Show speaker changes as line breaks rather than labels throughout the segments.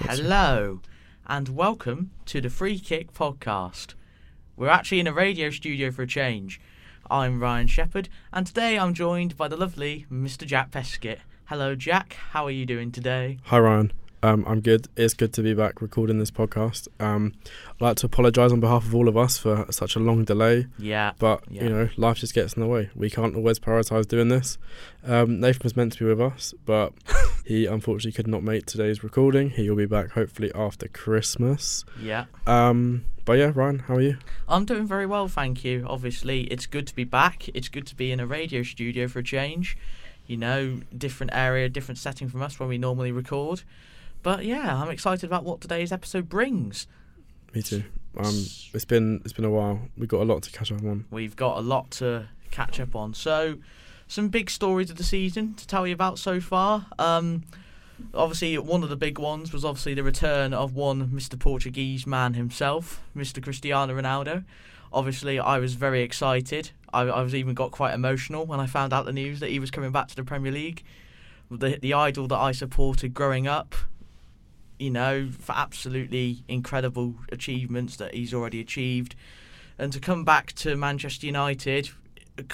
That's-
Hello, and welcome to the Free Kick Podcast. We're actually in a radio studio for a change. I'm Ryan Shepherd, and today I'm joined by the lovely Mr. Jack Peskett. Hello, Jack. How are you doing today?
Hi Ryan. Um, I'm good. It's good to be back recording this podcast. Um, I'd like to apologise on behalf of all of us for such a long delay,
Yeah.
but
Yeah.
you know life just gets in the way. We can't always prioritise doing this. Um, Nathan was meant to be with us, but he unfortunately could not make today's recording. He will be back hopefully after Christmas.
Yeah.
Um, but yeah, Ryan, how are you?
I'm doing very well, thank you. Obviously, it's good to be back. It's good to be in a radio studio for a change. You know, different area, different setting from us when we normally record. But yeah, I'm excited about what today's episode brings.
Me too. Um, it's been it's been a while. We've got a lot to catch up on.
We've got a lot to catch up on. So, some big stories of the season to tell you about so far. Um, obviously, one of the big ones was obviously the return of one Mr. Portuguese man himself, Mr. Cristiano Ronaldo. Obviously, I was very excited. I, I was even got quite emotional when I found out the news that he was coming back to the Premier League. The, the idol that I supported growing up, you know, for absolutely incredible achievements that he's already achieved and to come back to Manchester United,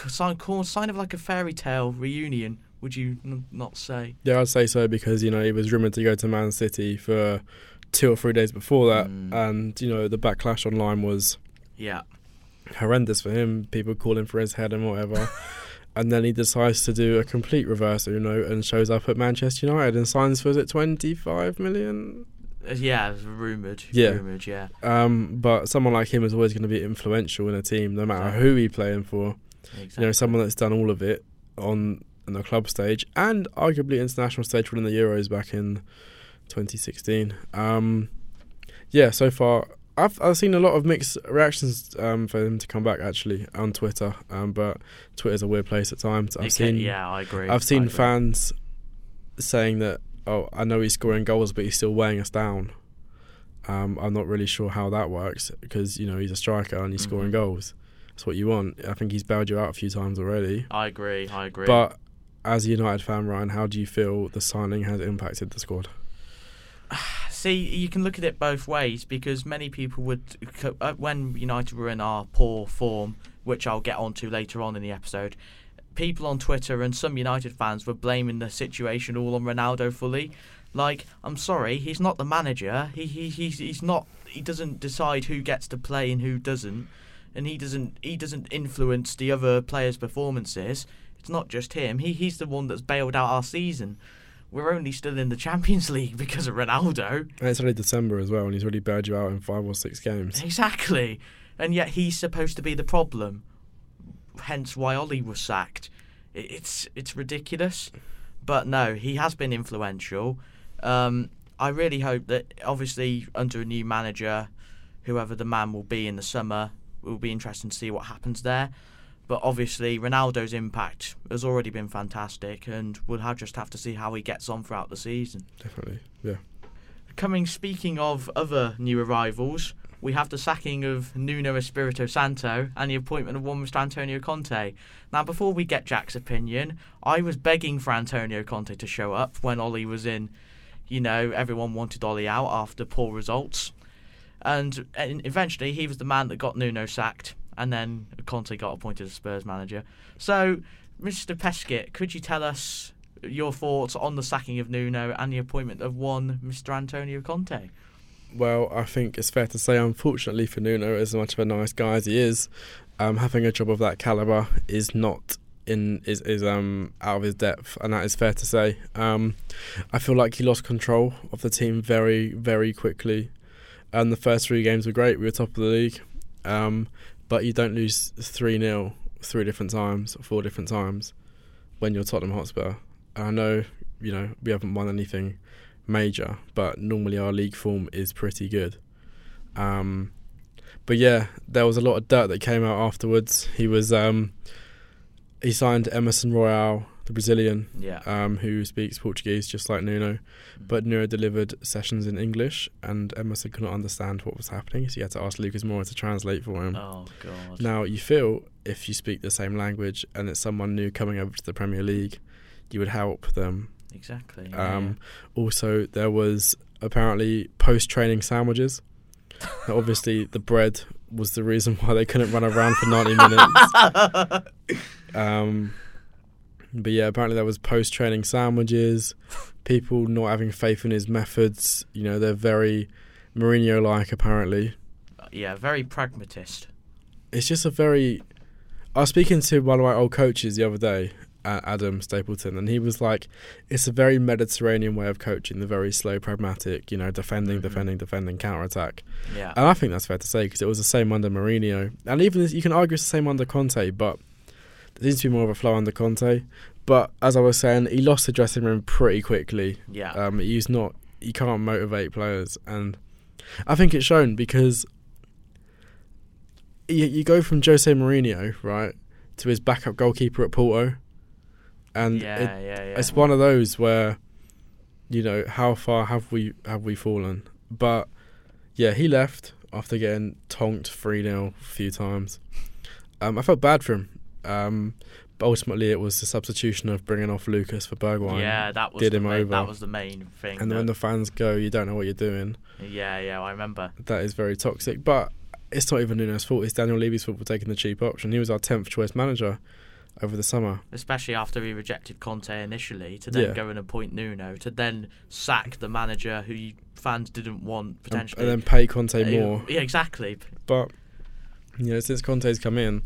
a sign, call- sign of like a fairy tale reunion. Would you n- not say?
Yeah, I'd say so because you know he was rumored to go to Man City for two or three days before that,
Mm.
and you know the backlash online was
Yeah,
horrendous for him. People calling for his head and whatever, and then he decides to do a complete reverse, you know, and shows up at Manchester United and signs for is it twenty five million?
Uh, yeah, rumored.
Yeah.
rumored. Yeah,
Um, but someone like him is always going to be influential in a team, no matter
Exactly.
who he's playing for.
exactly.
You know, someone that's done all of it on on the club stage and arguably international stage winning the Euros back in 2016. Um, yeah, so far I've I've seen a lot of mixed reactions um, for him to come back actually on Twitter, um, but Twitter's a weird place at times. I've
It ca-
seen
yeah, I agree.
I've
I
seen
agree.
fans saying that oh I know he's scoring goals but he's still weighing us down. Um, I'm not really sure how that works because you know he's a striker and he's scoring
Mhm.
goals. That's what you want. I think he's bailed you out a few times already.
I agree. I agree.
But as a United fan, Ryan, how do you feel the signing has impacted the squad?
See, you can look at it both ways because many people would, co- uh, when United were in our poor form, which I'll get onto later on in the episode, people on Twitter and some United fans were blaming the situation all on Ronaldo fully. Like, I'm sorry, he's not the manager. He he he's, he's not. He doesn't decide who gets to play and who doesn't, and he doesn't he doesn't influence the other players' performances. It's not just him. He he's the one that's bailed out our season. We're only still in the Champions League because of Ronaldo.
And it's only December as well, and he's already bailed you out in five or six games.
Exactly. And yet he's supposed to be the problem. Hence why Ollie was sacked. I- It's it's ridiculous. But no, he has been influential. Um, I really hope that obviously under a new manager, whoever the man will be in the summer, it will be interesting to see what happens there. But obviously Ronaldo's impact has already been fantastic and we'll have just have to see how he gets on throughout the season
Definitely, yeah.
coming speaking of other new arrivals we have the sacking of Nuno Espirito Santo and the appointment of one Mr Antonio Conte. Now, before we get Jack's opinion, I was begging for Antonio Conte to show up when Ollie was in. You know, everyone wanted Ollie out after poor results, and, and eventually he was the man that got Nuno sacked, and then Conte got appointed as Spurs manager. So, Mr. Peskett, could you tell us your thoughts on the sacking of Nuno and the appointment of one Mr. Antonio Conte.
Well, I think it's fair to say, unfortunately for Nuno, as much of a nice guy as he is, um, having a job of that caliber is not in is is um out of his depth, and that is fair to say. Um, I feel like he lost control of the team very very quickly, and the first three games were great. We were top of the league, um, but you don't lose three 0 three different times, four different times, when you're Tottenham Hotspur. And I know you know we haven't won anything major, but normally our league form is pretty good. Um, but yeah, there was a lot of dirt that came out afterwards. He was um, he signed Emerson Royale, the Brazilian,
Yeah.
um, who speaks Portuguese just like Nuno, but Nuno delivered sessions in English, and Emerson could not understand what was happening, so he had to ask Lucas Moura to translate for him.
oh god.
Now you feel if you speak the same language and it's someone new coming over to the Premier League, you would help them
Exactly.
um, also, there was apparently post training sandwiches. Now, obviously, the bread was the reason why they couldn't run around for 90 minutes. Um, but yeah, apparently there was post training sandwiches, people not having faith in his methods. You know, they're very Mourinho like, apparently.
yeah, very pragmatist.
It's just a very. I was speaking to one of my old coaches the other day, uh, Adam Stapleton, and he was like, it's a very Mediterranean way of coaching, the very slow, pragmatic, you know, defending,
Mhm.
defending, defending, counter attack.
Yeah.
And I think that's fair to say because it was the same under Mourinho, and even you can argue it's the same under Conte, but there seems to be more of a flow under Conte. But as I was saying, he lost the dressing room pretty quickly.
yeah.
Um, he's not, he can't motivate players, and I think it's shown because you, you go from Jose Mourinho right to his backup goalkeeper at Porto, and
yeah,
it,
yeah, yeah.
it's one of those where you know how far have we have we fallen but yeah he left after getting tonked 3-0 a few times um, i felt bad for him um, but ultimately it was the substitution of bringing off lucas for bergwijn
yeah, that was
did
the
him
main,
over.
That was the main thing.
and
that-
when the fans go you don't know what you're doing
yeah, yeah, I remember.
that is very toxic but it's not even Nuno's fault it's daniel levy's fault for taking the cheap option he was our 10th choice manager over the summer
Especially after he rejected Conte initially, to then
Yeah.
go and appoint Nuno, to then sack the manager who you- fans didn't want
and-
potentially.
and then pay conte
Uh,
more
Yeah, exactly.
But you know, since Conte's come in,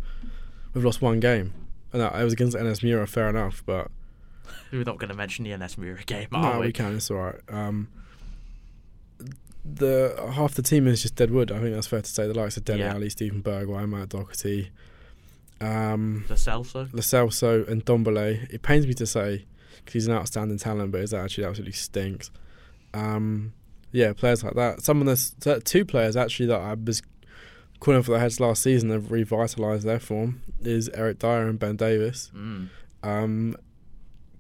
we've lost one game. And that- it was against NS Mura, fair enough, but
We're not going to mention the NS Mura game,
no,
are
we
we?
can. It's all right. Um, the half the team is just dead wood. I think that's fair to say. The likes of Dele
Yeah.
Alli, Stephen Bergwijn, Matt Doherty, um,
The Celso.
Lo Celso and Dombele. It pains me to say because he's an outstanding talent, but his attitude absolutely stinks. Um, yeah, players like that. Some of the s- t- two players actually that I was calling for their heads last season have revitalised their form is Eric Dyer and Ben Davis.
Mm.
Um,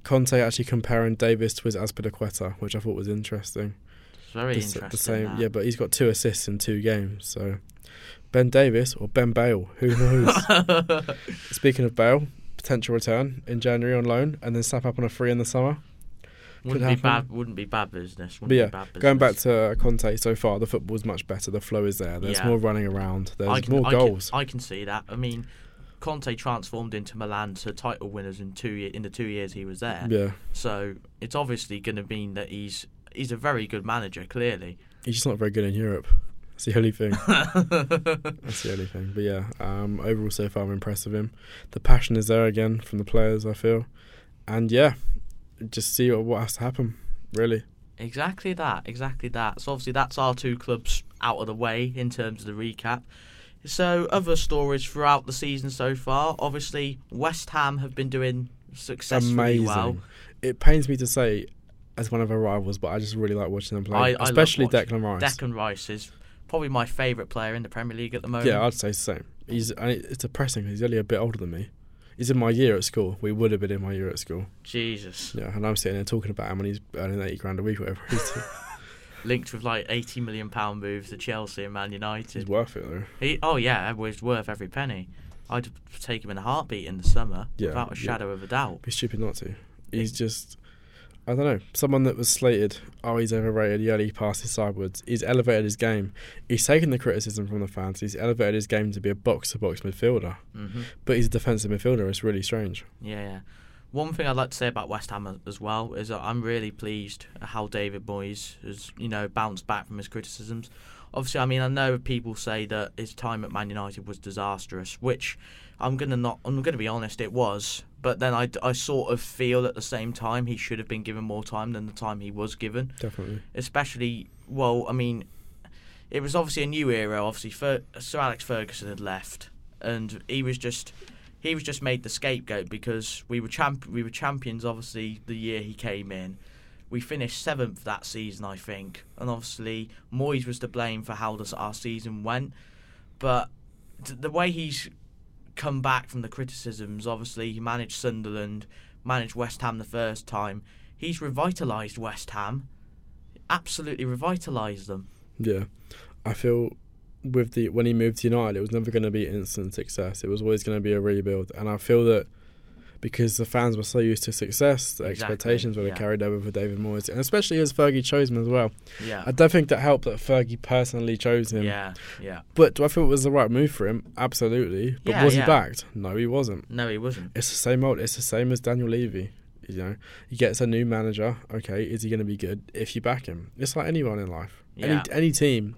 Conte actually comparing Davis to his Aspinaqueta, which I thought was interesting.
It's very
The s-
interesting.
the same,
that.
yeah, but he's got two assists in two games. So Ben Davis or Ben Bale, who knows? Speaking of Bale, potential return in January on loan, and then snap up on a free in the summer.
wouldn't
could
be bad.
happen.
Wouldn't be bad business. Wouldn't
But yeah,
be bad business.
Going back to Conte so far, the football's much better. The flow is there. There's
Yeah.
more running around. There's
I can,
more
I
goals.
Can, I can see that. I mean, Conte transformed into Milan to title winners in two ye- in the two years he was there.
yeah,
So it's obviously going to mean that he's he's a very good manager. Clearly,
he's just not very good in Europe. That's the only thing. That's the only thing. But yeah, um, overall so far, I'm impressed with him. The passion is there again from the players. I feel, and yeah, just see what, what has to happen. Really,
exactly that. Exactly that. So obviously that's our two clubs out of the way in terms of the recap. So other stories throughout the season so far. Obviously West Ham have been doing successfully
amazing.
well.
It pains me to say, as one of our rivals, but I just really like watching them
I- I
play,
love
especially
watching
Declan Rice.
Declan Rice is probably my favourite player in the Premier League at the moment.
Yeah, I'd say the same. He's and it- it's depressing. 'cause He's only a bit older than me. He's in my year at school. We would have been in my year at school.
Jesus.
Yeah, and I'm sitting there talking about him, and he's earning eighty grand a week, whatever. He's,
Linked with like 80 million pound moves to Chelsea and Man
he's
United.
worth it though.
He, oh yeah, it was worth every penny. I'd take him in a heartbeat in the summer
Yeah,
without a
yeah.
shadow of a doubt.
Be stupid not to. He's just, I don't know, someone that was slated. Oh, he's overrated. Yeah, he passes sideways. He's elevated his game. He's taken the criticism from the fans. He's elevated his game to be a box-to-box midfielder,
hmm
but he's a defensive midfielder. It's really strange.
Yeah, yeah. One thing I'd like to say about West Ham as well is that I'm really pleased at how David Moyes has, you know, bounced back from his criticisms. Obviously, I mean, I know people say that his time at Man United was disastrous, which I'm gonna not. I'm gonna be honest, it was. But then I, I sort of feel at the same time he should have been given more time than the time he was given.
Definitely.
especially well i mean it was obviously a new era obviously Fer- sir alex ferguson had left and he was just he was just made the scapegoat because we were champ we were champions obviously the year he came in we finished seventh that season i think and obviously moyes was to blame for how this, our season went but t- the way he's come back from the criticisms obviously he managed sunderland managed west ham the first time he's revitalised west ham absolutely revitalised them.
Yeah, I feel with the when he moved to United, it was never going to be instant success. It was always going to be a rebuild, and I feel that because the fans were so used to success, the
Exactly,
expectations were
yeah.
carried over for David Moyes, and especially as Fergie chose him as well.
Yeah.
I don't think that helped that Fergie personally chose him.
Yeah. Yeah.
But do I think it was the right move for him? Absolutely. But
Yeah,
was
yeah.
he backed? No, he wasn't.
No, he wasn't.
It's the same old. It's the same as Daniel Levy. You know, he gets a new manager. Okay, is he going to be good if you back him? It's like anyone in life.
Yeah.
Any any team,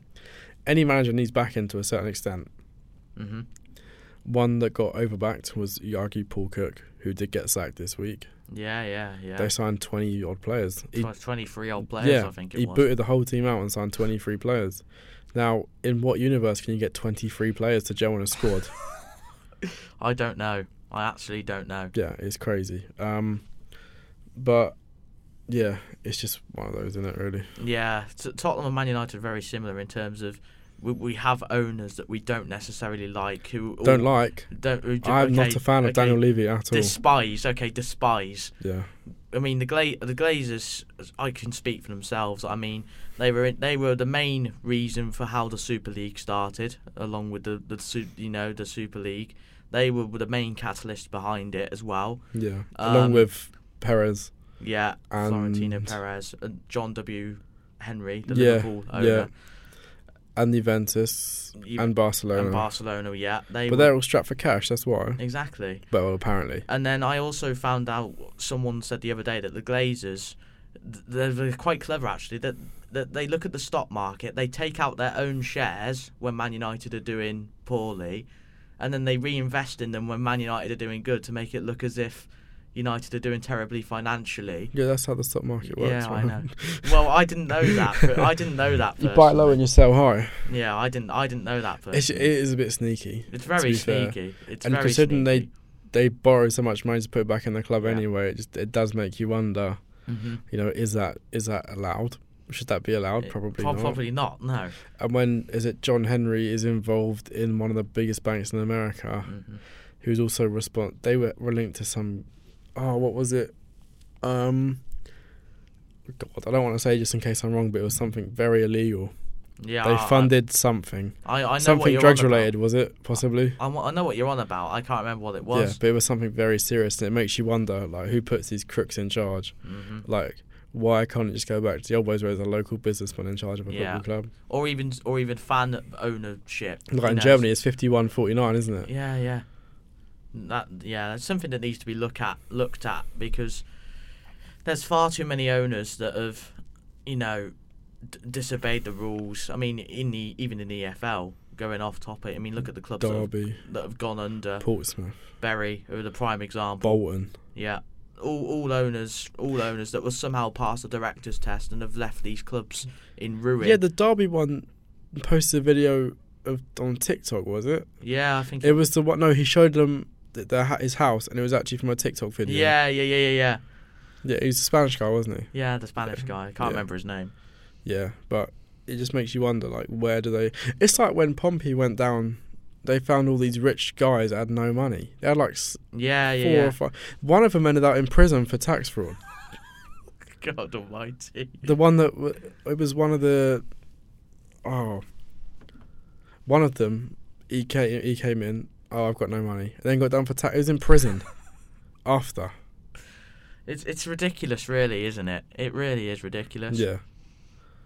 any manager needs backing to a certain extent.
Mm-hmm.
One that got overbacked was you argue Paul Cook, who did get sacked this week.
Yeah. Yeah. Yeah.
They signed twenty odd players. He,
Tw- 23 old players,
yeah,
I think it
he
was.
booted the whole team out and signed twenty three players. Now, in what universe can you get twenty three players to gel in a squad?
I don't know. I actually don't know.
yeah, it's crazy. Um, but yeah, it's just one of those, isn't it? Really.
Yeah, T- Tottenham and Man United are very similar in terms of we, we have owners that we don't necessarily like who
Don't like.
Don't, who d-
I'm not
okay,
a fan of
okay,
Daniel Levy at all.
Despise, okay, despise.
yeah,
I mean, the Gla- the Glazers, I can speak for themselves. I mean, they were in, they were the main reason for how the Super League started, along with the the Su- you know the Super League. They were the main catalyst behind it as well.
yeah.
Um,
Along with Perez.
Yeah,
And-
Florentino Perez, and John W. Henry, the
Yeah,
Liverpool owner,
yeah. and Juventus
You-
and Barcelona.
and Barcelona. Yeah, they
but
were,
they're all strapped for cash. That's why.
exactly.
Well, apparently.
And then I also found out someone said the other day that the Glazers, th- they're they're quite clever actually. That that they look at the stock market, they take out their own shares when Man United are doing poorly, and then they reinvest in them when Man United are doing good to make it look as if United are doing terribly financially.
Yeah, that's how the stock market works.
Yeah, I
right?
know. Well, I didn't know that. but I didn't know that.
you buy low
personally.
and you sell high.
Yeah, I didn't. I didn't know that.
It's, it
Personally.
is a bit sneaky.
it's
to
very
be fair.
sneaky. It's
And
very
considering
sneaky.
They borrow so much money to put back in the club
Yeah.
anyway. It just it does make you wonder.
Mhm.
You know, is that is that allowed? Should that be allowed?
It-
Probably
prob-
not.
Probably not. No.
And when is it? John Henry is involved in one of the biggest banks in America.
Mhm.
who's also respond they were, were linked to some oh what was it um god i don't want to say just in case i'm wrong but it was something very illegal
Yeah.
they
I-
funded something
I, Ah. I know what
something
you're
drugs
on about.
related was it possibly
I, wa- I know what you're on about. I can't remember what it
yeah
was.
but it was something very serious and it makes you wonder like who puts these crooks in charge
hmm
like why can't it just go back to the old ways where there's a local businessman in charge of a
Yeah.
football club
Or even or even fan ownership. you
like in
know.
germany it's 51 49 isn't it
Yeah, yeah. That yeah, that's something that needs to be look at looked at because there's far too many owners that have, you know, d- disobeyed the rules. I mean, in the even in the EFL, going off topic. I mean, look at the clubs that have,
derby
that have gone under.
portsmouth
Bury, who are the prime example.
bolton
Yeah. All, all owners, all owners that will somehow pass the directors' test and have left these clubs in ruin.
Yeah, the Derby one posted a video of on TikTok, was it?
yeah, I think.
It was the one. No, he showed them th the, ha his house, and it was actually from a TikTok video.
yeah, yeah, yeah, yeah, yeah,
yeah, he was a Spanish guy, wasn't he?
yeah. The Spanish guy. I can't
Yeah.
remember his name.
Yeah, but it just makes you wonder, like, where do they? It's like when Pompey went down. They found all these rich guys that had no money. They had like s
Yeah,
four
yeah, yeah.
or five. One of them ended up in prison for tax fraud.
God Almighty.
The one that w- it was one of the oh, one of them. He came. He came in. Oh, I've got no money. And then got done for tax. He was in prison after.
It's it's ridiculous, really, isn't it? It really is ridiculous.
Yeah,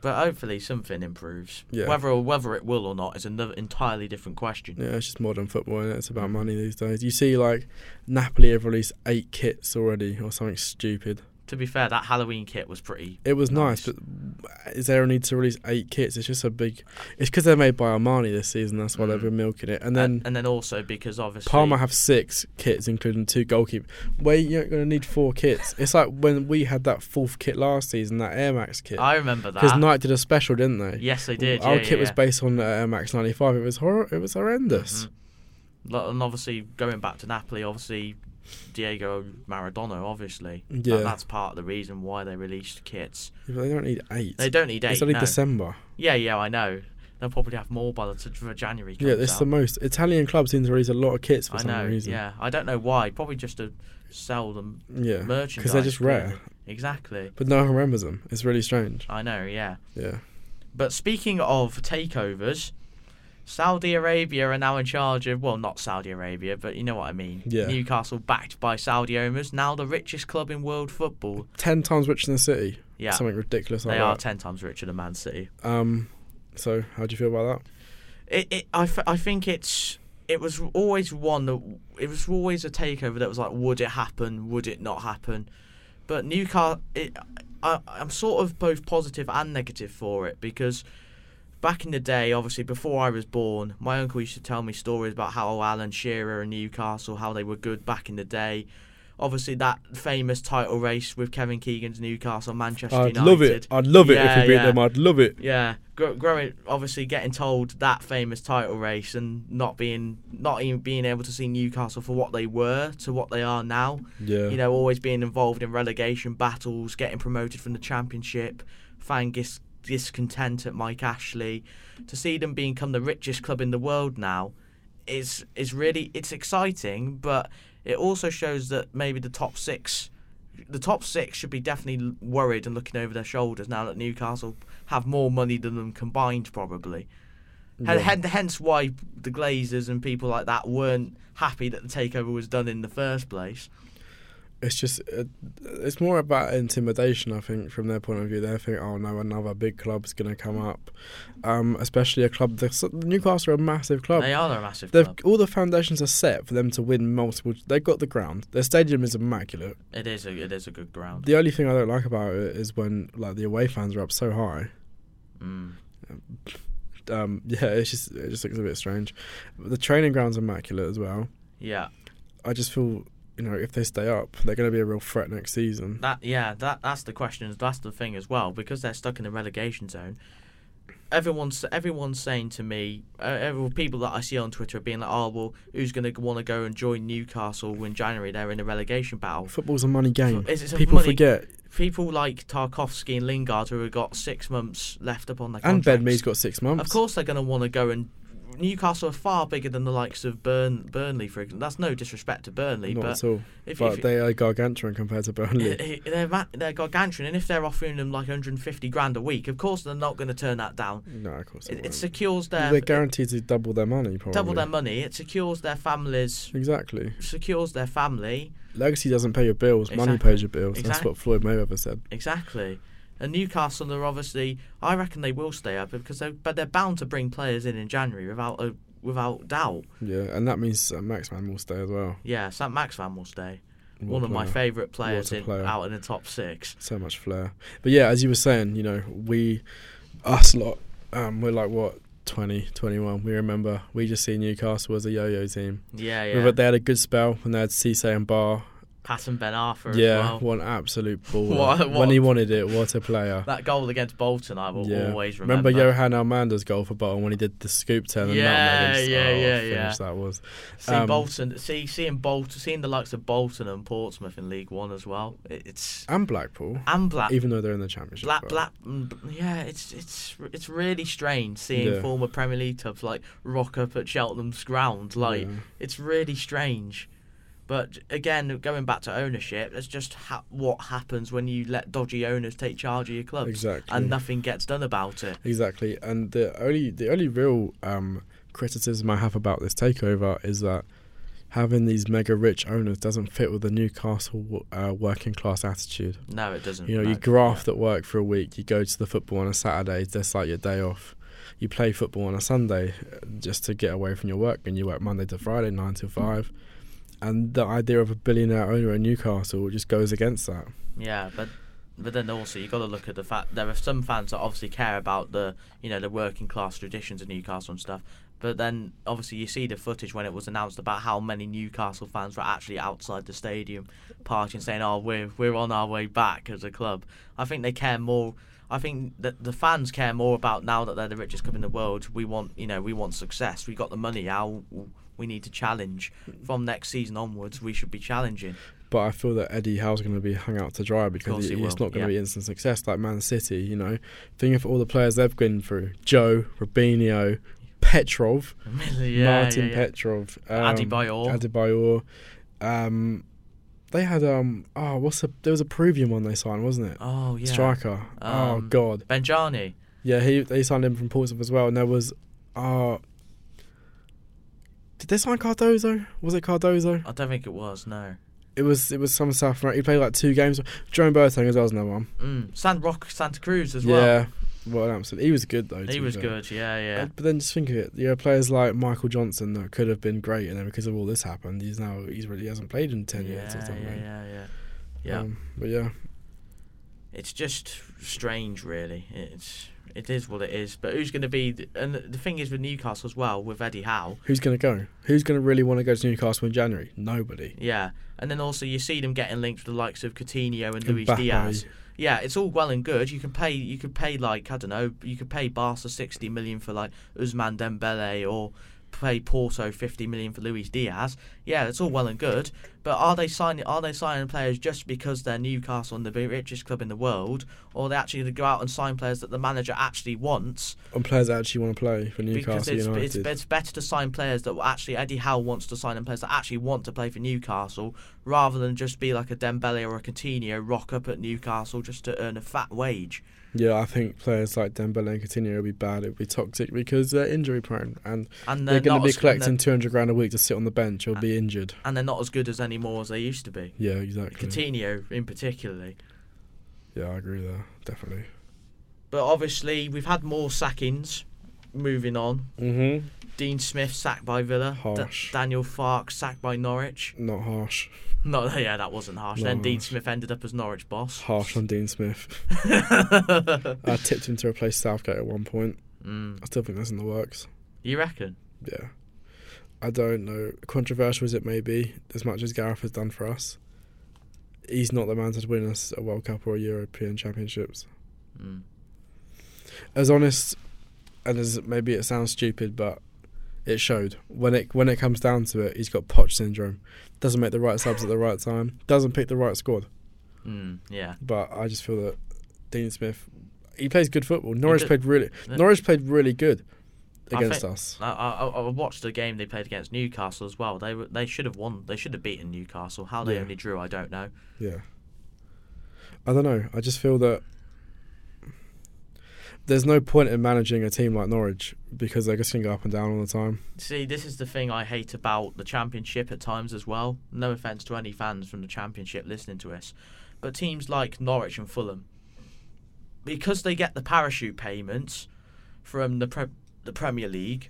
But hopefully something improves.
Yeah.
Whether or whether it will or not is another entirely different question.
yeah. It's just modern football, and it? it's about money these days. You see, like Napoli have released eight kits already, or something stupid.
To be fair, that Halloween kit was pretty.
It was nice,
Nice.
but is there a need to release eight kits? It's just a big. It's because they're made by Armani this season. That's why
Mm.
they've been milking it.
And
And then
and, then also because obviously
Parma have six kits, including two goalkeepers. Where you're going to need four kits. It's like when we had that fourth kit last season, that Air Max kit.
I remember
Because
that.
Knight did a special, didn't they?
yes, they did.
Our
yeah,
kit
yeah,
was
yeah.
based on uh, Air Max 95. It was hor- It was horrendous.
Mm-hmm. Lo- And obviously, going back to Napoli, obviously Diego Maradona, obviously. That-
Yeah.
that's part of the reason why they released kits.
But They don't need eight.
Mm-hmm. They don't need eight.
it's only
no.
December.
Yeah, yeah, I know. They'll probably have more by the t- for January. Comes
yeah, it's
out.
the most. Italian clubs seem to release a lot of kits for
I
some
know.
reason.
Yeah, I don't know why. Probably just to sell them
Yeah.
merchandise.
Because they're just rare.
clearly. Exactly.
But no one remembers them. It's really strange.
I know. Yeah.
Yeah.
But speaking of takeovers, Saudi Arabia are now in charge of, well, not Saudi Arabia, but you know what I mean.
Yeah.
Newcastle, backed by Saudi owners, now the richest club in world football.
Ten times richer than City.
Yeah,
Something ridiculous like
they are
that.
ten times richer than Man City.
um, so how do you feel about that?
It, it, I, f- I think it's, it was always one that it was always a takeover that was like, would it happen? Would it not happen? But Newcastle, it, I, I'm sort of both positive and negative for it because back in the day, obviously before I was born, my uncle used to tell me stories about how Alan Shearer and Newcastle, how they were good back in the day. Obviously, that famous title race with Kevin Keegan's Newcastle, Manchester
I'd
United.
love it. I'd love it if
Yeah,
we beat
yeah.
them. I'd love it.
Yeah, gr- growing obviously getting told that famous title race and not being not even being able to see Newcastle for what they were to what they are now.
Yeah.
You know, always being involved in relegation battles, getting promoted from the championship, fan dis- discontent at Mike Ashley, to see them become the richest club in the world now is is really it's exciting, but it also shows that maybe the top six. The top six should be definitely l- worried and looking over their shoulders now that Newcastle have more money than them combined, probably. Hen- hen- Hence why the Glazers and people like that weren't happy that the takeover was done in the first place.
it's just uh, it's more about intimidation i think from their point of view they think oh no another big club's going to come up um, especially a club the newcastle are a massive club
They are a massive
They've,
club.
all the foundations are set for them to win multiple. They've got the ground. Their stadium is immaculate.
It is a it is a good ground.
The only thing I don't like about it is when like the away fans are up so high.
Mm.
Um, yeah, it's just it just looks a bit strange. But the training ground's immaculate as well.
Yeah,
I just feel you know if they stay up, they're going to be a real threat next season.
that yeah that that's the question. That's the thing as well because they're stuck in the relegation zone. Everyone's everyone's saying to me, uh, every, people that I see on Twitter are being like, "Oh well, who's going to want to go and join Newcastle in January? They're in the relegation battle."
Football's a money game.
It's- it's a
People
money-
forget
People like Tarkovsky and Lingard who have got six months left upon their contracts.
And Ben Mead's got six months.
Of course, they're going to want to go and. Newcastle are far bigger than the likes of Burn, Burnley, for example. That's no disrespect to Burnley,
Not
but
at all.
if,
but
if,
they are gargantuan compared to Burnley.
eh, eh, they're ma- they're gargantuan, and if they're offering them like 150 grand a week, of course they're not going to turn that down.
no, of course
It,
it,
it
won't.
secures their
They're guaranteed to double their money, probably.
double their money. It secures their families,
Exactly.
secures their family.
Legacy doesn't pay your bills. Money
Exactly.
pays your bills. That's
Exact-
what Floyd Mayweather said.
Exactly. And Newcastle are obviously, I reckon they will stay up because they but they're bound to bring players in in January without a, without doubt.
Yeah, and that means uh, Max Man will stay as well.
Yeah, St Max Van will stay. One
What a
of my
player.
favourite players
What a
in,
player.
out in the top six.
So much flair. But yeah, as you were saying, you know, we, us lot, um, we're like, what, 20, 21. We remember, we just see Newcastle as a yo yo team.
Yeah, yeah.
Remember, they had a good spell when they had Cisse and Barr.
Patton Ben Arthur as
Yeah,
well.
one absolute baller.
What-
When
what-
he wanted it, what a player.
That goal against Bolton, I will
Yeah.
always remember.
Remember Johan Almander's goal for Bolton when he did the scoop turn? And
Yeah,
nutmeg and-
yeah,
oh, what a
yeah,
finish
yeah.
That was.
See
um,
Bolton, see seeing Bolton, seeing the likes of Bolton and Portsmouth in League One as well. It- It's
And Blackpool,
and Black,
even though they're in the championship.
Black,
but-
Black. mm, Yeah, it's it's it's really strange seeing
Yeah.
former Premier League clubs like rock up at Cheltenham's ground. Like
Yeah.
it's really strange. But again, going back to ownership, that's just ha- what happens when you let dodgy owners take charge of your clubs,
Exactly.
and nothing gets done about it.
Exactly, and the only the only real um, criticism I have about this takeover is that having these mega rich owners doesn't fit with the Newcastle uh, working class attitude.
No, it doesn't.
You know,
no.
you graft at work for a week, you go to the football on a Saturday, that's like your day off. You play football on a Sunday uh, just to get away from your work, and you work Monday to Friday, nine to five. And the idea of a billionaire owner in Newcastle just goes against that.
Yeah, but but then also you got to look at the fact there are some fans that obviously care about the you know the working class traditions of Newcastle and stuff. But then obviously you see the footage when it was announced about how many Newcastle fans were actually outside the stadium partying, saying, "Oh, we're we're on our way back as a club." I think they care more. I think that the fans care more about now that they're the richest club in the world. We want, you know, we want success. We got the money. Now we need to challenge from next season onwards. We should be challenging.
But I feel that Eddie Howe's going to be hung out to dry
course
because
he
it- it's
will,
not going to
yeah.
be instant success like Man City. You know, think of all the players they've been through: Joe, Robinho, Petrov,
yeah, yeah,
Martin
yeah.
Petrov, um,
Adebayor.
Adebayor. Um, they had um oh what's the there was a Peruvian one they signed wasn't it?
Oh yeah.
Striker. oh
Um,
God.
Benjani.
Yeah, he they signed him from Portsmouth as well, and there was uh Did they sign Cardozo? Was it Cardozo?
I don't think it was. No.
It was. It was some South America. He played like two games. Jerome Boateng as well was another one.
Mm. San Rock Santa Cruz as
Yeah. Well, an absolute. He was good though.
well.
to
He
be
was
fair. Uh,
good. Yeah, yeah.
But then just think of it. You know, players like Michael Johnson that could have been great, and then because of all this happened, he's now he's really he hasn't played in ten
yeah,
years or something.
Yeah, yeah, yeah. Yeah.
Um, but yeah,
it's just strange, really. It's it is what it is. But who's going to be? th- and the thing is with Newcastle as well, with Eddie Howe.
who's gonna go? Who's gonna really want to go to Newcastle in January? Nobody.
Yeah, and then also you see them getting linked with the likes of Coutinho and Luis
Mbappe.
Diaz. Yeah, it's all well and good. You can pay, you could pay like I don't know, you could pay Barca sixty million for like Usman Dembele or pay Porto fifty million for Luis Diaz. Yeah, it's all well and good, but are they signing? Are they signing players just because they're Newcastle and the big- richest club in the world, or are they actually going to go out and sign players that the manager actually wants?
And players that actually want to play for
Because
Newcastle
it's,
United.
it's it's better to sign players that will actually Eddie Howe wants to sign and players that actually want to play for Newcastle rather than just be like a Dembele or a Coutinho rock up at Newcastle just to earn a fat wage.
yeah, I think players like Dembele and Coutinho will be bad. It'll be toxic because they're injury prone, and
And they're,
they're,
Ah.
going
not
to be
as good- and
collecting two hundred grand a week to sit on the bench or
they're-
be injured.
and they're not as good as anymore as they used to be.
Yeah, exactly.
Coutinho in particularly.
yeah, I agree there definitely.
But obviously we've had more sackings. Moving on,
Mm-hmm.
Dean Smith sacked by Villa. Da-
Harsh.
Daniel Fark sacked by Norwich.
Not harsh.
No, yeah, that wasn't harsh. Then Dean
Norwich.
Smith ended up as Norwich boss.
Harsh on Dean Smith. I tipped him to replace Southgate at one point.
Mm.
I still think that's in the works.
You reckon?
Yeah. I don't know. Controversial as it may be, as much as Gareth has done for us, he's not the man to win us a World Cup or a European Championships.
Mm.
As honest and as maybe it sounds stupid, but it showed when it when it comes down to it, he's got Poch syndrome. Doesn't make the right subs at the right time. Doesn't pick the right squad.
Mm, yeah.
But I just feel that Dean Smith, he plays good football. Norwich
do-
played really
Yeah.
Norwich played really good
I
against
think-
us.
I, I, I I watched the game they played against Newcastle as well. They were, they should have won. They should have beaten Newcastle. How they
Yeah.
only drew, I don't know.
Yeah. I don't know. I just feel that there's no point in managing a team like Norwich because they're just going to go up and down all the time.
See, this is the thing I hate about the Championship at times as well. No offense to any fans from the Championship listening to us, but teams like Norwich and Fulham, because they get the parachute payments from the pre- the Premier League,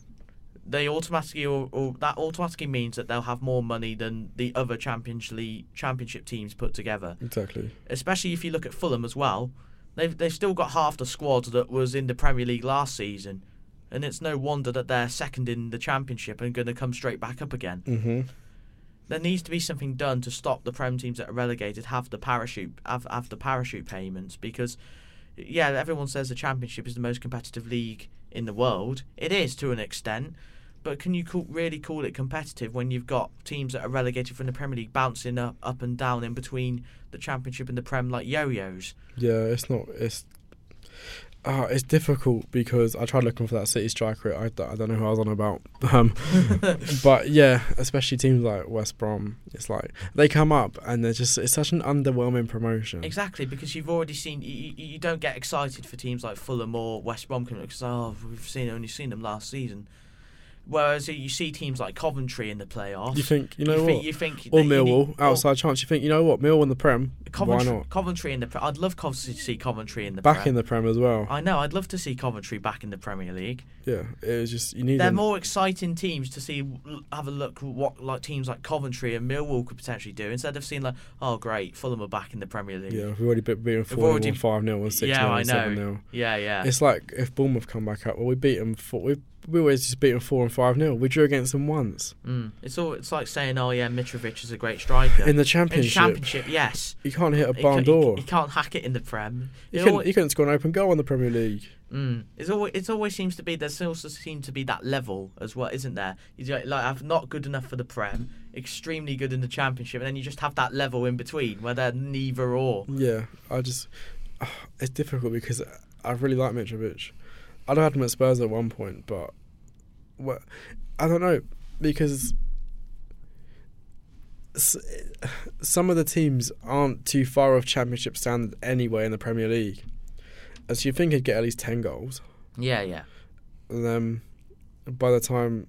they automatically or, or that automatically means that they'll have more money than the other Champions League Championship teams put together.
Exactly.
especially if you look at Fulham as well. They've they've still got half the squad that was in the Premier League last season, and it's no wonder that they're second in the Championship and going to come straight back up again.
hmm
There needs to be something done to stop the Prem teams that are relegated have the parachute have, have the parachute payments because, yeah, everyone says the Championship is the most competitive league in the world. It is to an extent. But can you call, really call it competitive when you've got teams that are relegated from the Premier League bouncing up, up and down in between the Championship and the Prem like yo-yos?
Yeah, it's not. It's uh, it's difficult because I tried looking for that City striker. I, d- I don't know who I was on about. Um, but yeah, especially teams like West Brom. It's like they come up and they're just. It's such an underwhelming promotion.
Exactly, because you've already seen. You, you you don't get excited for teams like Fulham or West Brom coming because oh, we've seen only seen them last season. Whereas you see teams like Coventry in the playoffs.
You think you know
you
what?
think, you think
or
that you need-
Millwall
or
outside chance. You think you know what Millwall in the Prem?
Coventry,
Why not?
Coventry in the. Pre- I'd love Coventry to see Coventry in the.
Back
Prem.
in the Prem as well.
I know. I'd love to see Coventry back in the Premier League.
yeah, it was just you need.
They're
them-
more exciting teams to see. Have a look what like teams like Coventry and Millwall could potentially do instead of seeing like oh great Fulham are back in the Premier League.
Yeah, we've already been beaten four
already-
already, five 0 and six 0
Yeah, I
and
know.
seven 0
yeah, yeah.
It's like if Bournemouth come back up, well, we beat them four. We we always just beat them four and five 0 We drew against them once
Mm. It's all. It's like saying, "Oh yeah, Mitrovic is a great striker."
in the
In
championship.
championship, yes.
you can't hit a
He
barn
ca- he-
door.
He, can't hack it in the Prem.
You
It
couldn't,
alwa-
you couldn't score an open goal in the Premier League.
Mm. It's always, it's always seems to be there's also seems to be that level as well, isn't there? You like, like I've not good enough for the Prem, extremely good in the Championship, and then you just have that level in between where they're neither or.
Yeah, I just it's difficult because I really like Mitrovic. I'd have had him at Spurs at one point, but what I don't know because s- some of the teams aren't too far off Championship standard anyway in the Premier League. As you think he'd get at least ten goals,
Yeah, yeah.
and then by the time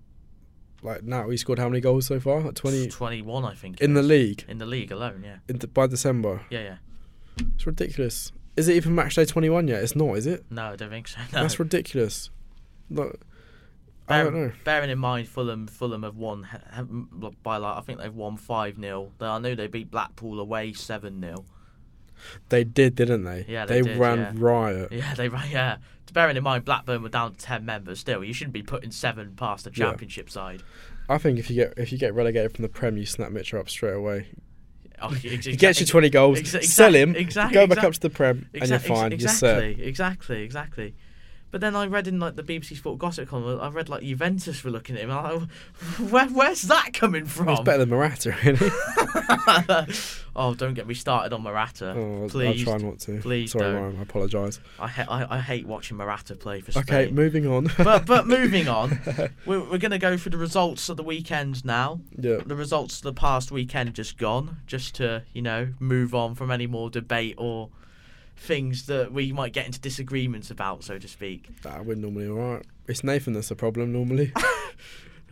like now he scored how many goals so far? Like twenty
21, I think. it
in the
is.
league
In the league alone, yeah.
in, by December.
Yeah, yeah.
It's ridiculous. Is it even match day twenty one yet? It's not, is it?
No, I don't think so. No.
That's ridiculous. Look, I
Bear-
don't know.
Bearing in mind, Fulham, Fulham have won ha- ha- by like I think they've won five 0 I know they beat Blackpool away seven 0
They did, didn't they?
Yeah, they did,
ran
yeah.
riot.
Yeah, they yeah. Bearing in mind, Blackburn were down to ten members. Still, you shouldn't be putting seven past the
Yeah.
Championship side.
I think if you get if you get relegated from the Prem, you snap Mitchell up straight away.
Oh,
He gets you twenty goals.
exa-
sell him.
exact- exact-
Go back
exact-
up to the Prem, and you're
Exact- ex-
fine. You're set.
exactly, exactly, exactly. But then I read in like the BBC Sport Gossip column, I read like Juventus were looking at him. I'm like, where, where's that coming from?
It's better than Morata, really.
oh, don't get me started on Morata.
oh, I'll-
please,
I'll try not to.
please
Sorry,
don't.
Ryan. I apologise.
I, ha- I, I hate watching Morata play for Spain.
Okay, moving on.
but but moving on, we're, we're going to go through the results of the weekend now.
yeah.
The results of the past weekend just gone, just to you know move on from any more debate or things that we might get into disagreements about, so to speak.
Nah, we're normally alright. It's Nathan that's the problem normally.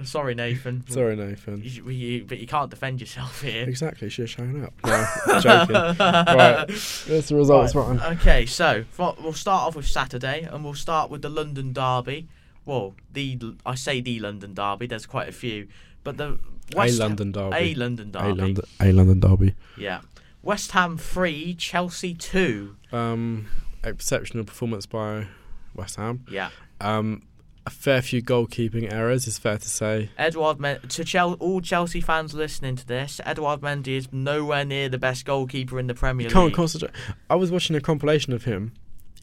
Sorry, Nathan.
Sorry, Nathan.
You, you- but you can't defend yourself here.
Exactly, should have shown up. No, joking. right, that's the results,
Right,
Ryan.
Okay, so fro- we'll start off with Saturday, and we'll start with the London Derby. Well, the I say the London Derby. There's quite a few, but the West
London derby.
a London Derby.
A London, a London derby.
Yeah, West Ham three, Chelsea two.
Um, exceptional performance by West Ham.
Yeah,
Um, a fair few goalkeeping errors, is fair to say.
Edward Men- to Chel- all Chelsea fans listening to this. Edward Mendy is nowhere near the best goalkeeper in the Premier
You can't
League.
concentrate. I was watching a compilation of him.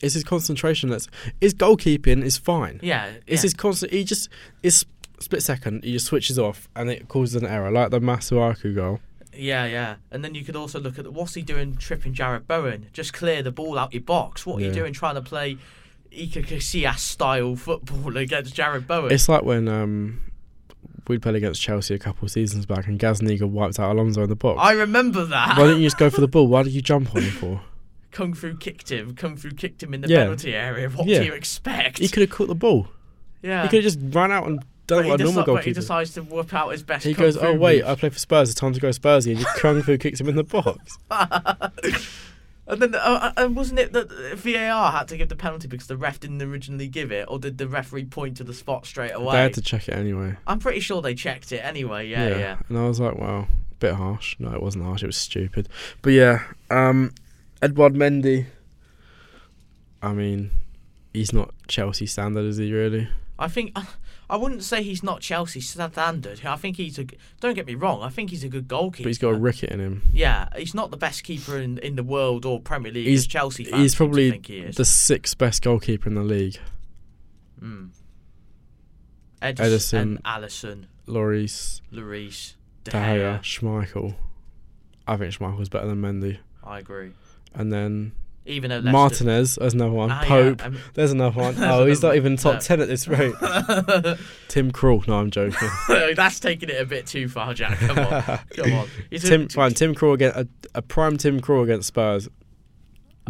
It's his concentration that's. His goalkeeping is fine.
yeah, yeah.
It's his constant. He just. It's split second. He just switches off and it causes an error, like the Masuaku goal.
Yeah, yeah. And then you could also look at what's he doing tripping Jared Bowen? Just clear the ball out your box. What are you
Yeah.
doing trying to play Iker Casillas style football against Jared Bowen?
It's like when um, we played against Chelsea a couple of seasons back and Gazaniga wiped out Alonso in the box.
I remember that.
Why didn't you just go for the ball? Why did you jump on him for?
Kung Fu kicked him. Kung Fu kicked him in the
Yeah.
penalty area. What
Yeah.
do you expect?
He could have caught the ball.
yeah.
He could have just ran out and
but,
done
he
what
deci-
a normal
but he
goalkeeper.
decides to whip out his best.
He
Kung
goes,
Fu
"Oh wait,
moves."
I play for Spurs. It's time to go Spursy." And just kung fu kicks him in the box.
and then uh, uh, wasn't it that VAR had to give the penalty because the ref didn't originally give it, or did the referee point to the spot straight away?
They had to check it anyway.
I'm pretty sure they checked it anyway. yeah. yeah.
And I was like, "Wow, bit harsh." No, it wasn't harsh. It was stupid. But yeah, um, Edward Mendy. I mean, he's not Chelsea standard, is he? Really?
I think I wouldn't say he's not Chelsea standard. I think he's a. Don't get me wrong. I think he's a good goalkeeper.
But he's got a ricket in him.
yeah, he's not the best keeper in, in the world or Premier League.
He's-
as Chelsea. Fans seem
He's
to
probably
think he is.
the sixth best goalkeeper in the league.
mm. Edison,
Edison.
Allison,
Lloris,
Lloris, De Gea.
Dahia, Schmeichel. I think Schmeichel's better than Mendy.
I agree.
And then
Even though Leicester,
Martinez, there's another one.
Ah, yeah,
Pope.
um,
There's another one.
There's
Oh, he's
another
not even top
one.
ten at this rate. Tim Krul. No, I'm joking.
that's taking it a bit too far, Jack. Come on, come on. He's a-
Tim, fine. Tim Krul against a, a prime Tim Krul against Spurs.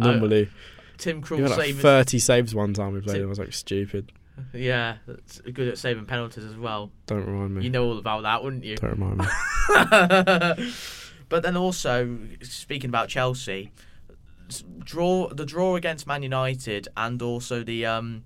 Oh,
Normally,
Tim Krul
he had like
saving.
30 saves one time we played.
Tim-
him. I was like, stupid.
Yeah, that's good at saving penalties as well.
Don't remind me.
You know all about that, wouldn't you?
Don't remind me.
but then also speaking about Chelsea, s- draw the draw against Man United and also the um,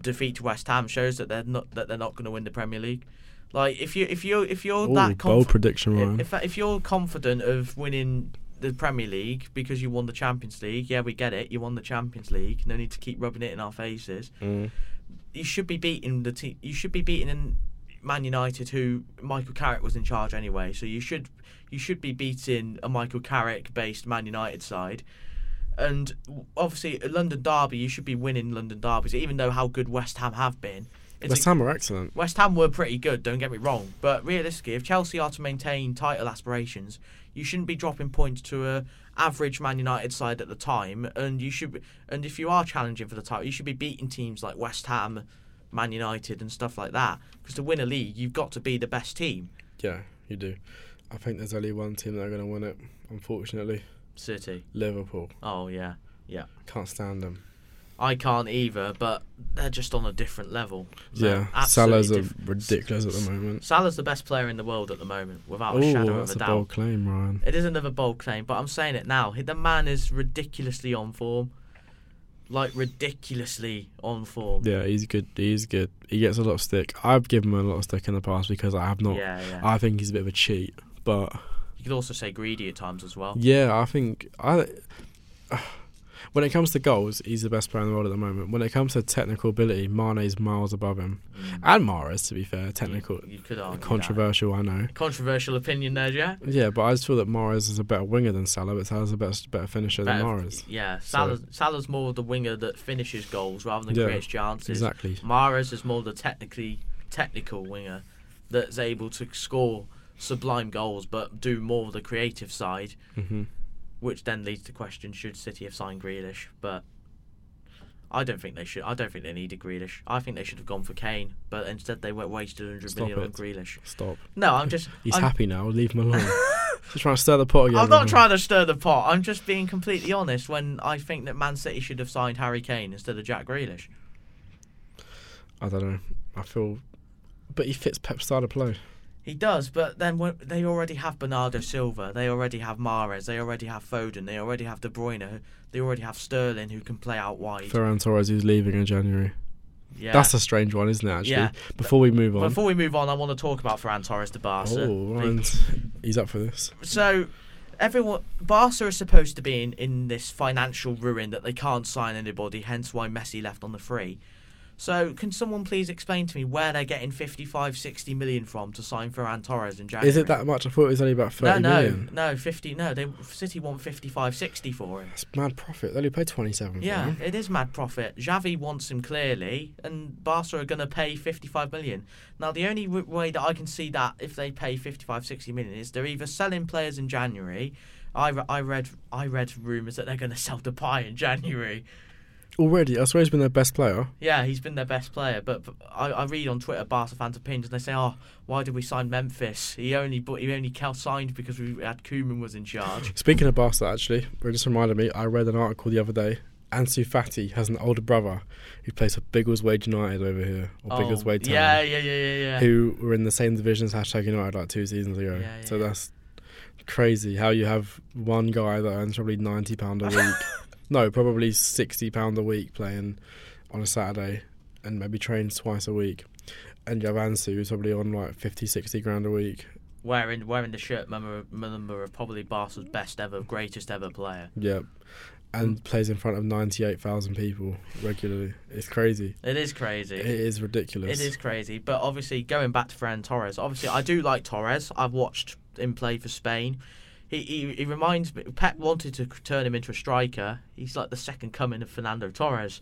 defeat to West Ham shows that they're not that they're not going to win the Premier League. Like if you if you if you're
Ooh,
that
bold
confident,
prediction, Ryan.
if if you're confident of winning the Premier League because you won the Champions League, yeah, we get it. You won the Champions League. No need to keep rubbing it in our faces
Mm.
you should be beating the team. You should be beating in Man United, who Michael Carrick was in charge anyway. So you should you should be beating a Michael Carrick-based Man United side. And obviously, at London Derby, you should be winning London derbies, even though how good West Ham have been. It's
West
a-
Ham are excellent.
West Ham were pretty good, don't get me wrong. But realistically, if Chelsea are to maintain title aspirations, you shouldn't be dropping points to a average Man United side at the time. And you should, be, and if you are challenging for the title, you should be beating teams like West Ham, Man United, and stuff like that. Because to win a league, you've got to be the best team.
Yeah, you do. I think there's only one team that are going to win it, unfortunately.
City.
Liverpool.
Oh yeah, yeah.
Can't stand them.
I can't either, but they're just on a different level.
Yeah,
absolutely
Salah's are
diff-
ridiculous at the moment.
Salah's the best player in the world at the moment, without
Oh,
a shadow of
that's
a
a
doubt.
bold claim, Ryan.
It is another bold claim, but I'm saying it now. The man is ridiculously on form. Like, ridiculously on form.
Yeah, he's good. He's good. He gets a lot of stick. I've given him a lot of stick in the past because I have not.
yeah, yeah.
I think he's a bit of a cheat, but
you could also say greedy at times as well.
yeah, I think I. When it comes to goals, he's the best player in the world at the moment. When it comes to technical ability, Mane's miles above him,
Mm.
and Mares, to be fair, technical,
You, you could argue that.
controversial, I know.
Controversial opinion there, yeah.
Yeah, but I just feel that Mares is a better winger than Salah, but Salah's a better, better finisher than
Better-
Mares.
Yeah,
So-
Salah's, Salah's more of the winger that finishes goals rather than
Yeah,
creates chances.
Exactly.
Mares is more the technically technical winger that's able to score sublime goals but do more of the creative side,
hmm
which then leads to question should City have signed Grealish? But I don't think they should. I don't think they needed Grealish. I think they should have gone for Kane, but instead they went wasted 100
Stop
million on
it.
Grealish.
Stop.
No, I'm just
He's
I'm,
happy now. Leave him alone. just trying to stir the pot again.
I'm not
Ryan.
trying to stir the pot. I'm just being completely honest when I think that Man City should have signed Harry Kane instead of Jack Grealish.
I don't know. I feel, but he fits Pep's style of play.
He does, but then when, they already have Bernardo Silva, they already have Mares, they already have Foden, they already have De Bruyne, who- they already have Sterling who can play out wide.
Ferran Torres is leaving in January.
yeah.
That's a strange one, isn't it? Actually,
Yeah.
before we move on,
Before we move on, I want to talk about Ferran Torres de Barca.
oh, Ryan's, he's up for this.
So, everyone, Barca is supposed to be in, in this financial ruin that they can't sign anybody, hence why Messi left on the free. So, can someone please explain to me where they're getting 55, 60 million from to sign Ferran Torres in January?
Is it that much? I thought it was only about
No,
thirty million.
no, no, 50, no, they, City want 55, 60 for him.
That's mad profit. They only paid twenty-seven. for
Yeah,
him.
it is mad profit. Xavi wants him clearly, and Barca are going to pay 55 million. Now, the only w- way that I can see that if they pay 55, 60 million is they're either selling players in January. I, re- I read I read rumours that they're going to sell Depay in January.
Already, I swear he's been their best player.
Yeah, he's been their best player, but but I, I read on Twitter Barca fans' opinions and they say, "Oh, why did we sign Memphis? He only but he only cal- signed because we had Koeman was in charge."
Speaking of Barca, actually, it just reminded me. I read an article the other day. Ansu Fati has an older brother who plays for Biggleswade United over here, or Biggleswade Town.
Oh, yeah, yeah, yeah, yeah, yeah.
who were in the same division as hashtag United like two seasons ago.
Yeah, yeah,
so
yeah.
that's crazy how you have one guy that earns probably ninety pound a week, no, probably sixty pound a week playing on a Saturday, and maybe trains twice a week, and you have Ansu who's probably on like 50, 60 grand a week.
wearing wearing the shirt number number of probably Barca's best ever, greatest ever player.
Yep. And
Mm.
plays in front of ninety eight thousand people regularly. It's crazy.
It is crazy.
It is ridiculous.
It is crazy. But obviously, going back to Ferran Torres, obviously I do like Torres. I've watched him play for Spain. He, he, he reminds me. Pep wanted to turn him into a striker. He's like the second coming of Fernando Torres.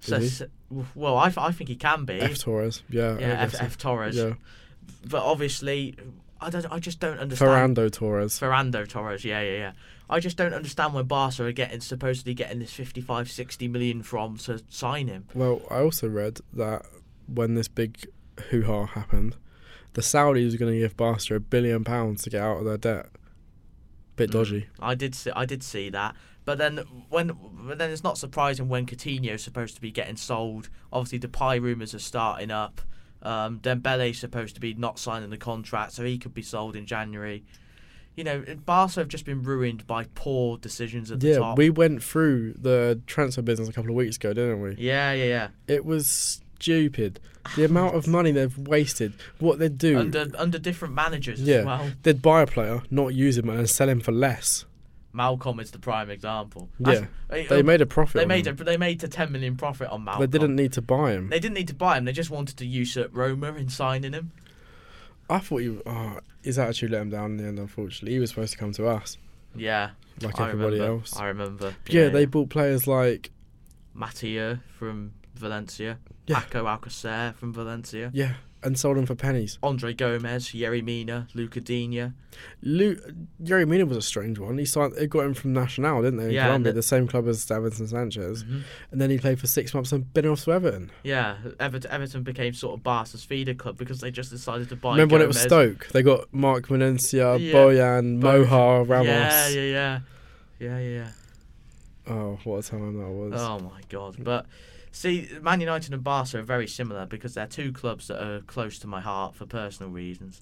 So,
Is he?
so- well, I, th- I think he can be.
F Torres. Yeah. I
yeah, F,
guess so.
F Torres.
Yeah.
But obviously, I don't. I just don't understand.
Ferrando Torres.
Ferrando Torres, yeah, yeah, yeah. I just don't understand where Barca are getting supposedly getting this 55, 60 million from to sign him.
Well, I also read that when this big hoo ha happened, the Saudis were going to give Barca a billion pounds to get out of their debt. Bit
Mm.
dodgy.
I did see, I did see that, but then when, but then it's not surprising when Coutinho is supposed to be getting sold. Obviously, the pie rumours are starting up. Um, Dembele supposed to be not signing the contract, so he could be sold in January. You know, Barca have just been ruined by poor decisions at the
Yeah,
top.
we went through the transfer business a couple of weeks ago, didn't we?
yeah, yeah, yeah.
It was stupid. The amount of money they've wasted. What they'd do,
Under under different managers
Yeah.
as well.
they'd buy a player, not use him, and sell him for less.
Malcolm is the prime example.
Yeah,
That's-
they made a
Um,
profit.
They
on
made a,
him.
they made a ten million profit on Malcolm.
They didn't need to buy him.
They didn't need to buy him. They just wanted to usurp Roma in signing him.
I thought you. Oh, his attitude let him down in the end. Unfortunately, he was supposed to come to us,
Yeah,
like
I
everybody
remember.
else.
I remember.
yeah, they bought players like
Mattia from Valencia,
Yeah.
Paco Alcacer from Valencia,
Yeah, and sold him for pennies.
Andre Gomez, Yerry Mina, Luca Dina.
Lu Yerry Mina was a strange one. He signed, they got him from Nacional, didn't they? In
Yeah,
Colombia,
and
the, same club as Davinson Sanchez.
Mhm.
And then he played for six months and been off to Everton.
Yeah, Ever- Everton became sort of Barca's feeder club because they just decided to buy.
Remember when it was
Gomez.
Stoke? They got Mark Valencia,
Yeah.
Boyan,
Both.
Moha, Ramos.
Yeah, yeah, yeah, yeah, yeah. yeah.
Oh, what a time that was.
Oh my god! But see, Man United and Barca are very similar because they're two clubs that are close to my heart for personal reasons.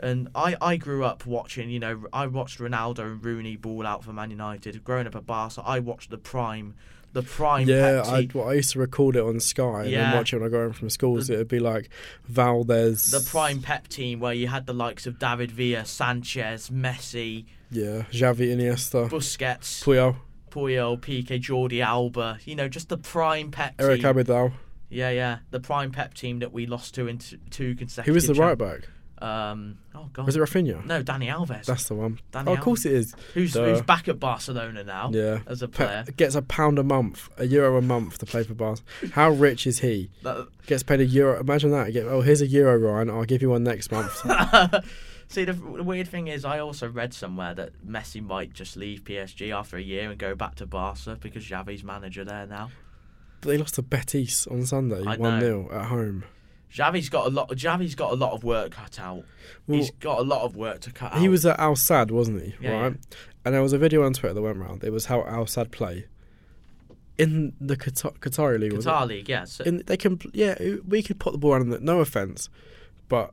And I, I grew up watching, you know, I watched Ronaldo and Rooney ball out for Man United. Growing up at Barca, I watched the prime, the prime.
Yeah,
Pepsi,
I, well, I used to record it on Sky and then
Yeah.
watch it when I got home from school. So it'd be like Valdez,
the prime Pep team where you had the likes of David Villa, Sanchez, Messi,
yeah, Xavi, Iniesta,
Busquets,
Puyol,
Puyol, Piqué, Jordi Alba. You know, just the prime Pep
Eric
team.
Abidal.
yeah, yeah, the prime Pep team that we lost to in t- two consecutive.
Who was the
champ-
right back?
Um, oh god.
Was it Rafinha?
No, Danny Alves.
That's the one.
Danny
Oh, of course it is.
Alves, who's
Duh.
who's back at Barcelona now
Yeah.
as a
Pe-
player.
gets a pound a month, a euro a month to play for Barca. How rich is he?
That-
Gets paid a euro. Imagine that. Get, oh, here's a euro, Ryan. I'll give you one next month.
See, the, the weird thing is, I also read somewhere that Messi might just leave PSG after a year and go back to Barca because Xavi's manager there now.
But they lost to Betis on Sunday,
I know.
one 0 at home.
Xavi's got a lot. Xavi's got a lot of work cut out. He's got a lot of work to cut out.
He was at Al Sad, wasn't he?
Yeah,
right. And there was a video on Twitter that went round. It was how Al Sad play in the Qatar, Qatari league. Was it?
Qatar league, yeah. So,
In, they can, yeah, we could put the ball around. In the, no offense, but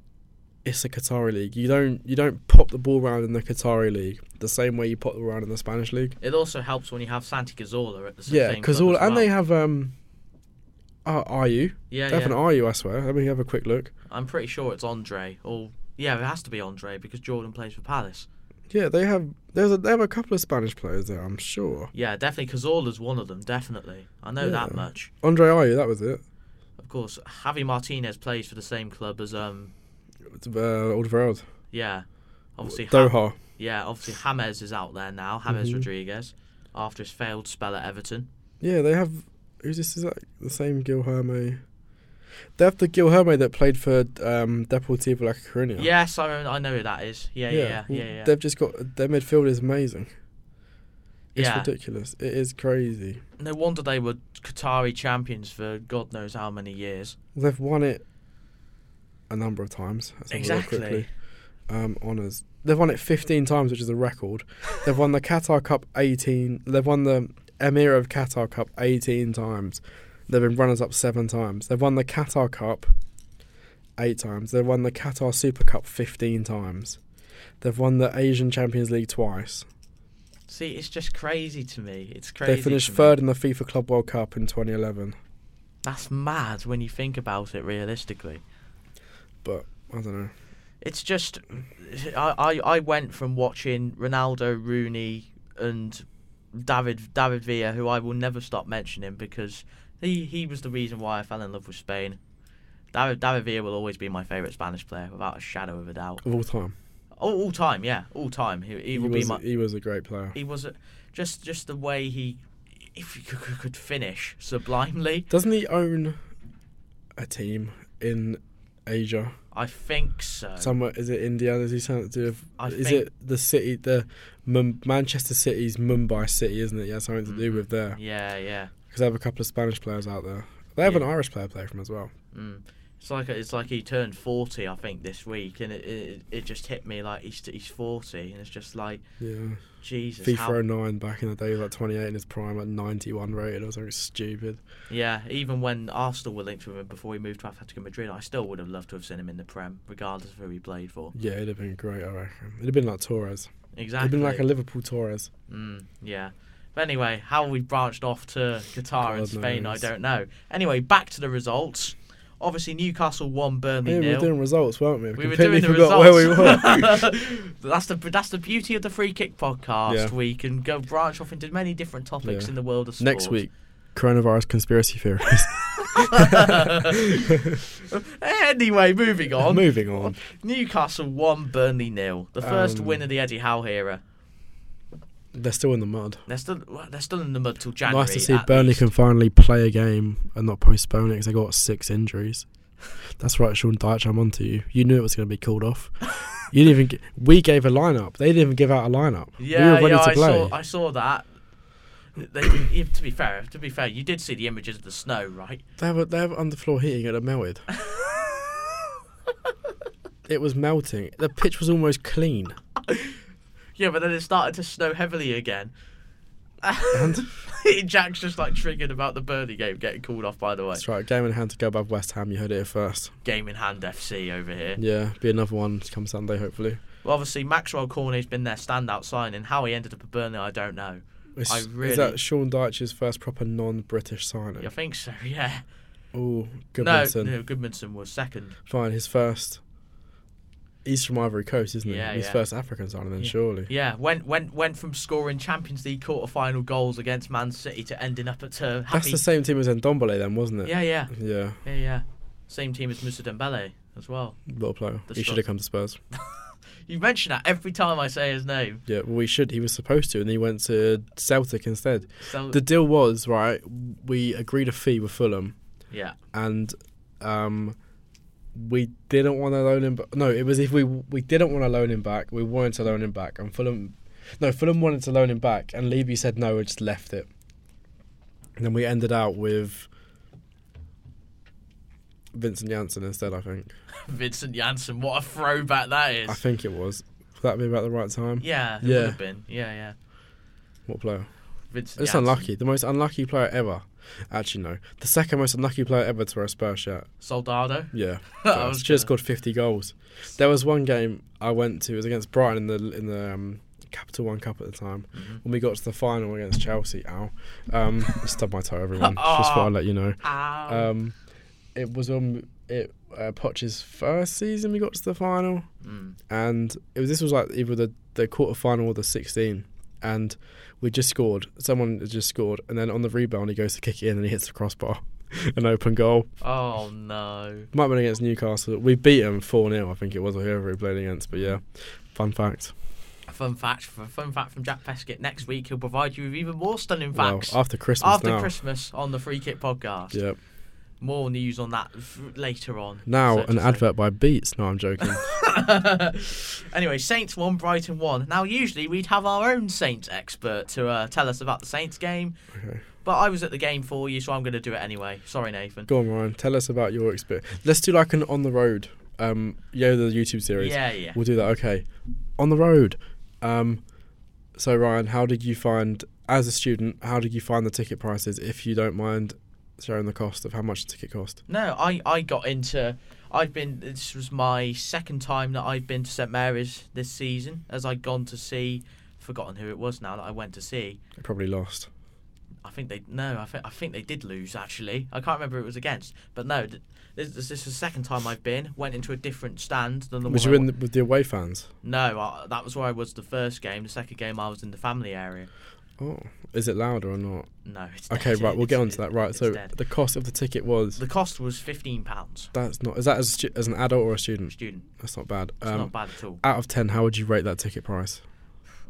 it's a Qatari league. You don't you don't pop the ball around in the Qatari league the same way you pop the ball around in the Spanish league.
it also helps when you have Santi Cazorla at the same
yeah,
same
because all
club as
and
well.
they have um, uh, are you
yeah, yeah.
definitely are you? I swear. Let me have a quick look.
I'm pretty sure it's Andre. Or yeah, it has to be Andre because Jordan plays for Palace.
Yeah, they have. There's a, they have a couple of Spanish players there. I'm sure.
Yeah, definitely. Cazorla's one of them. Definitely, I know that
Yeah.
much.
Andre Ayew, that was it.
Of course, Javi Martinez plays for the same club as um
Uh, Alderweireld.
yeah, obviously Ha-
Doha.
yeah obviously James is out there now. James
Mhm.
Rodriguez after his failed spell at Everton.
Yeah, they have. Who's this? Is that the same Guilherme? They have the Guilherme that played for um, Deportivo La Coruña.
Yes, I I know who that is. Yeah, yeah, yeah, yeah. yeah,
They've just got their midfield is amazing. It's
Yeah.
ridiculous. It is crazy.
No wonder they were Qatari champions for God knows how many years.
They've won it a number of times. Let's have a look
Exactly.
quickly. Um, honors. They've won it 15 times, which is a record. They've won the Qatar Cup 18. They've won the Emir of Qatar Cup 18 times. They've been runners up seven times. They've won the Qatar Cup eight times. They've won the Qatar Super Cup 15 times. They've won the Asian Champions League twice.
See, it's just crazy to me. It's crazy.
they finished
to me.
third in the FIFA Club World Cup in 2011.
That's mad when you think about it realistically.
I don't know.
It's just, I, I, I went from watching Ronaldo, Rooney, and David David Villa, who I will never stop mentioning because he, he was the reason why I fell in love with Spain. David David Villa will always be my favourite Spanish player without a shadow of a doubt.
Of all time,
All, all time, yeah, all time. He, he,
he,
will
was,
be my.
he was a great player.
He was a, just just the way he, if he could, could finish sublimely.
Doesn't he own a team in Asia?
I think so.
Somewhere is it India? Does he sound do?
I
is
think-
it the city, the Mum Manchester City's Mumbai city, isn't it? Yeah, something to do with there.
Mm-hmm. Yeah, yeah.
Because they have a couple of Spanish players out there. They have an
Yeah.
Irish player playing from as well.
Mm. It's like it's like he turned forty, I think, this week, and it it, it just hit me like he's he's forty, and it's just like
Yeah,
Jesus.
FIFA
how-
09 back in the day, he was like 28 in his prime, like 91 rated or something stupid.
yeah, even when Arsenal were linked with him before he moved to Atletico Madrid, I still would have loved to have seen him in the Prem, regardless of who he played for.
Yeah, it'd have been great, I reckon. It'd have been like Torres.
Exactly.
It'd have been like a Liverpool Torres.
mm, yeah. But anyway, how we branched off to Qatar and
God
Spain,
knows.
I don't know. Anyway, back to the results. Obviously, Newcastle won Burnley
Yeah, we were
nil.
doing results, weren't we?
We were
completely
doing the
forgot
results.
where we were.
that's the that's the beauty of the free kick podcast.
Yeah.
We can go branch off into many different topics
Yeah.
in the world of sport.
Next week, coronavirus conspiracy theories.
anyway, moving on.
Moving on.
Newcastle won Burnley nil. The first
Um,
win of the Eddie Howe era.
They're still in the mud.
They're still well, they're still in the mud till January.
nice to see
at
Burnley
least.
can finally play a game and not postpone it because they got six injuries. That's right, Sean Dyche, I'm onto you. You knew it was going to be called off. you didn't even. G- we gave a lineup. They didn't even give out a lineup. we
Yeah,
were ready
yeah,
to
I
play.
saw I saw that. They, yeah, to be fair, to be fair, you did see the images of the snow, right?
They have, they have underfloor heating and it melted. it was melting. The pitch was almost clean.
Yeah, but then it started to snow heavily again.
And
Jack's just like triggered about the Burnley game getting called off. By the way,
that's right. Game in hand to go above West Ham. You heard it here first.
game in hand FC over here.
Yeah, be another one come Sunday hopefully.
Well, obviously Maxwell Corney's been their standout signing. How he ended up at Burnley, I don't know.
Is,
I really-
is that Sean Dyche's first proper non-British signing?
I think so. Yeah. No,
Oh, Goodmanson.
no, Goodmanson was second.
Fine, his first. He's from Ivory Coast, isn't he?
Yeah,
his
yeah.
first African signing, then
Yeah.
surely.
Yeah, went went went from scoring Champions League quarter-final goals against Man City to ending up at uh,
That's
happy.
the same team as Ndombele, then, wasn't it?
yeah, yeah,
Yeah,
yeah, yeah. Same team as Musa Dembele as well.
little player.
The
he should have come to Spurs.
You mention that every time I say his name.
Yeah, well, he should. He was supposed to, and he went to Celtic instead.
So
The deal was right. We agreed a fee with Fulham,
yeah,
and um, we didn't want to loan him. But no, it was if we we didn't want to loan him back. We wanted to loan him back, and Fulham, no, Fulham wanted to loan him back, and Levy said no and just left it. And then we ended out with Vincent Janssen instead. I think.
Vincent Janssen. What a throwback that is.
I think it was. Would that be about the right time?
yeah, it
Yeah.
would have been. Yeah, yeah.
What player?
Vincent.
It's
Janssen.
unlucky. The most unlucky player ever. Actually, no. The second most unlucky player ever to wear a Spurs shirt.
Soldado.
Yeah.
I was
She just
gonna-
scored 50 goals. There was one game I went to. It was against Brighton in the in the um, Capital One Cup at the time.
Mhm.
When we got to the final against Chelsea, ow, um, stubbed my toe. Everyone, just thought I'd let you know.
Ow.
Um, it was on it uh, Poch's first season. We got to the final
Mm.
and it was this was like either the the quarter final or the 16 and we just scored someone had just scored and then on the rebound he goes to kick it in and he hits the crossbar an open goal
Oh no.
might have been against Newcastle we beat him 4-0 I think it was or whoever he played against but yeah fun fact
Fun fact. Fun fact from Jack Peskett. Next week he'll provide you with even more stunning facts.
well after Christmas
after
now
Christmas on the Free Kick podcast.
yeah
More news on that f- later on.
now
so to
an
say.
advert by Beats no I'm joking
anyway, Saints one, Brighton one. Now, usually we'd have our own Saints expert to uh, tell us about the Saints game,
okay
but I was at the game for you, so I'm going to do it anyway. Sorry, Nathan.
go on Ryan tell us about your experience let's do like an on the road um yeah the YouTube series
Yeah, yeah.
We'll do that. Okay. On the road. Um, so Ryan, how did you find as a student? How did you find the ticket prices? If you don't mind sharing the cost of how much the ticket cost.
No, I, I got into. I've been. This was my second time that I've been to St Mary's this season, as I'd gone to see. Forgotten who it was now that I went to see.
I probably lost.
I think they no. I think I think they did lose actually. I can't remember who it was against, but no. th- This, this is the second time I've been. Went into a different stand than the
Was
one.
you
I
in the, with the away fans?
No, I, that was where I was the first game. The second game, I was in the family area.
Oh, is it louder or not?
No, it's
Okay,
dead.
right. We'll get
It's-
on to that. Right.
it's
So
dead.
the cost of the ticket was.
the cost was fifteen pounds.
That's not. Is that as, a stu- as an adult or a student?
Student,
That's not bad.
it's
Um,
not bad at all.
Out of ten, how would you rate that ticket price?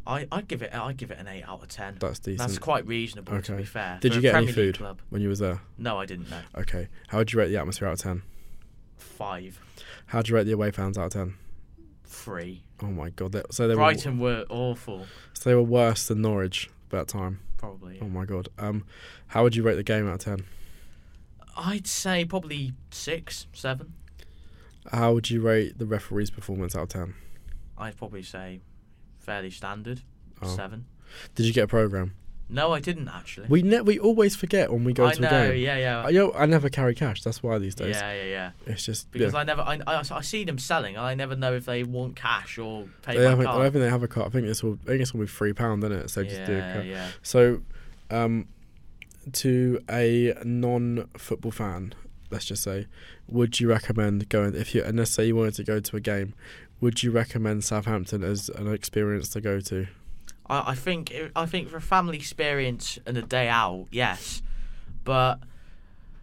I I give it I give it an eight out of ten.
That's decent.
That's quite reasonable to
Okay.
be fair.
Did
for
you
a
get any
Premier League
food?
Club.
when you was there.
No, I didn't. No,
Okay. How would you rate the atmosphere out of ten?
five,
How would you rate the away fans out of ten?
three.
Oh my god. They, so they were
Brighton were awful,
So they were worse than Norwich about time.
probably.
Oh my god. Um, how would you rate the game out of ten?
I'd say probably six, seven.
How would you rate the referee's performance out of ten?
I'd probably say fairly standard,
Oh.
seven.
Did you get a program?
No, I didn't actually.
We ne- we always forget when we go
I
to
know,
a game.
yeah, yeah.
I, yo, Uh, I never carry cash. That's why these days.
Yeah, yeah, yeah.
It's just
Because
yeah.
I never, I, I, I see them selling, and I never know if they want cash or pay
They
by
haven't- I don't
card.
think they have a card. I think this will. I think this will be three pound, isn't it? So just do a
yeah,
card.
yeah.
So, um, to a non-football fan, let's just say, would you recommend going if you and let's say you wanted to go to a game, would you recommend Southampton as an experience to go to?
I, I think, I think for a family experience and a day out, yes. But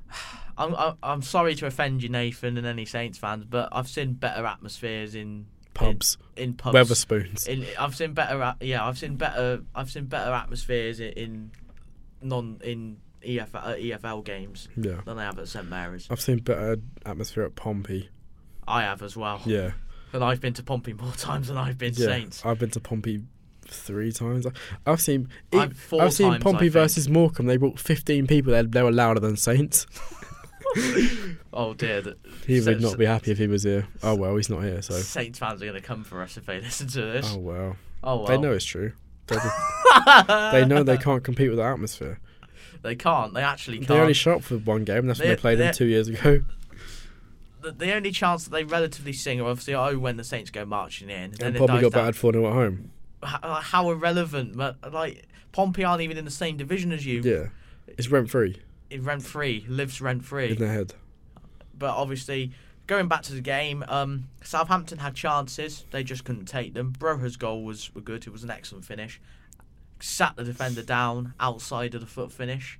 I'm, I'm- I'm sorry to offend you, Nathan, and any Saints fans, but I've seen better atmospheres in
Pubs,
in, in pubs.
Weatherspoons.
in, I've seen better. at- Yeah, I've seen better. I've seen better atmospheres in, in non in EFL, uh, EFL games
yeah,
than I have at St Mary's.
I've seen better atmosphere at Pompey.
I have as well,
Yeah,
and I've been to Pompey more times than I've been
yeah.
Saints.
I've been to Pompey three times. I- I've seen.
I've four
I've seen
times, I
Pompey
think.
versus Morecambe. They brought fifteen people. They, they were louder than Saints.
Oh dear, the
He
So-
would not be happy if he was here. Oh well, he's not here. So.
Saints fans are going to come for us if they listen to this.
Oh well.
Oh, well.
They know it's true. They'll be, they know they can't compete with the atmosphere.
They can't. They actually can't.
They only shot up for one game. That's when
They-
they played them
they're-
two years ago.
the, the only chance that they relatively sing are obviously oh when the Saints go marching in. And
And
then it
probably
dies
got
down.
battered 4 0 at home.
How, how irrelevant! But like Pompey aren't even in the same division as you.
Yeah. It's rent free
It rent free, lives rent
in
free.
their head.
But obviously, going back to the game, um, Southampton had chances. They just couldn't take them. Broha's goal was, was good. It was an excellent finish. Sat the defender down outside of the foot finish.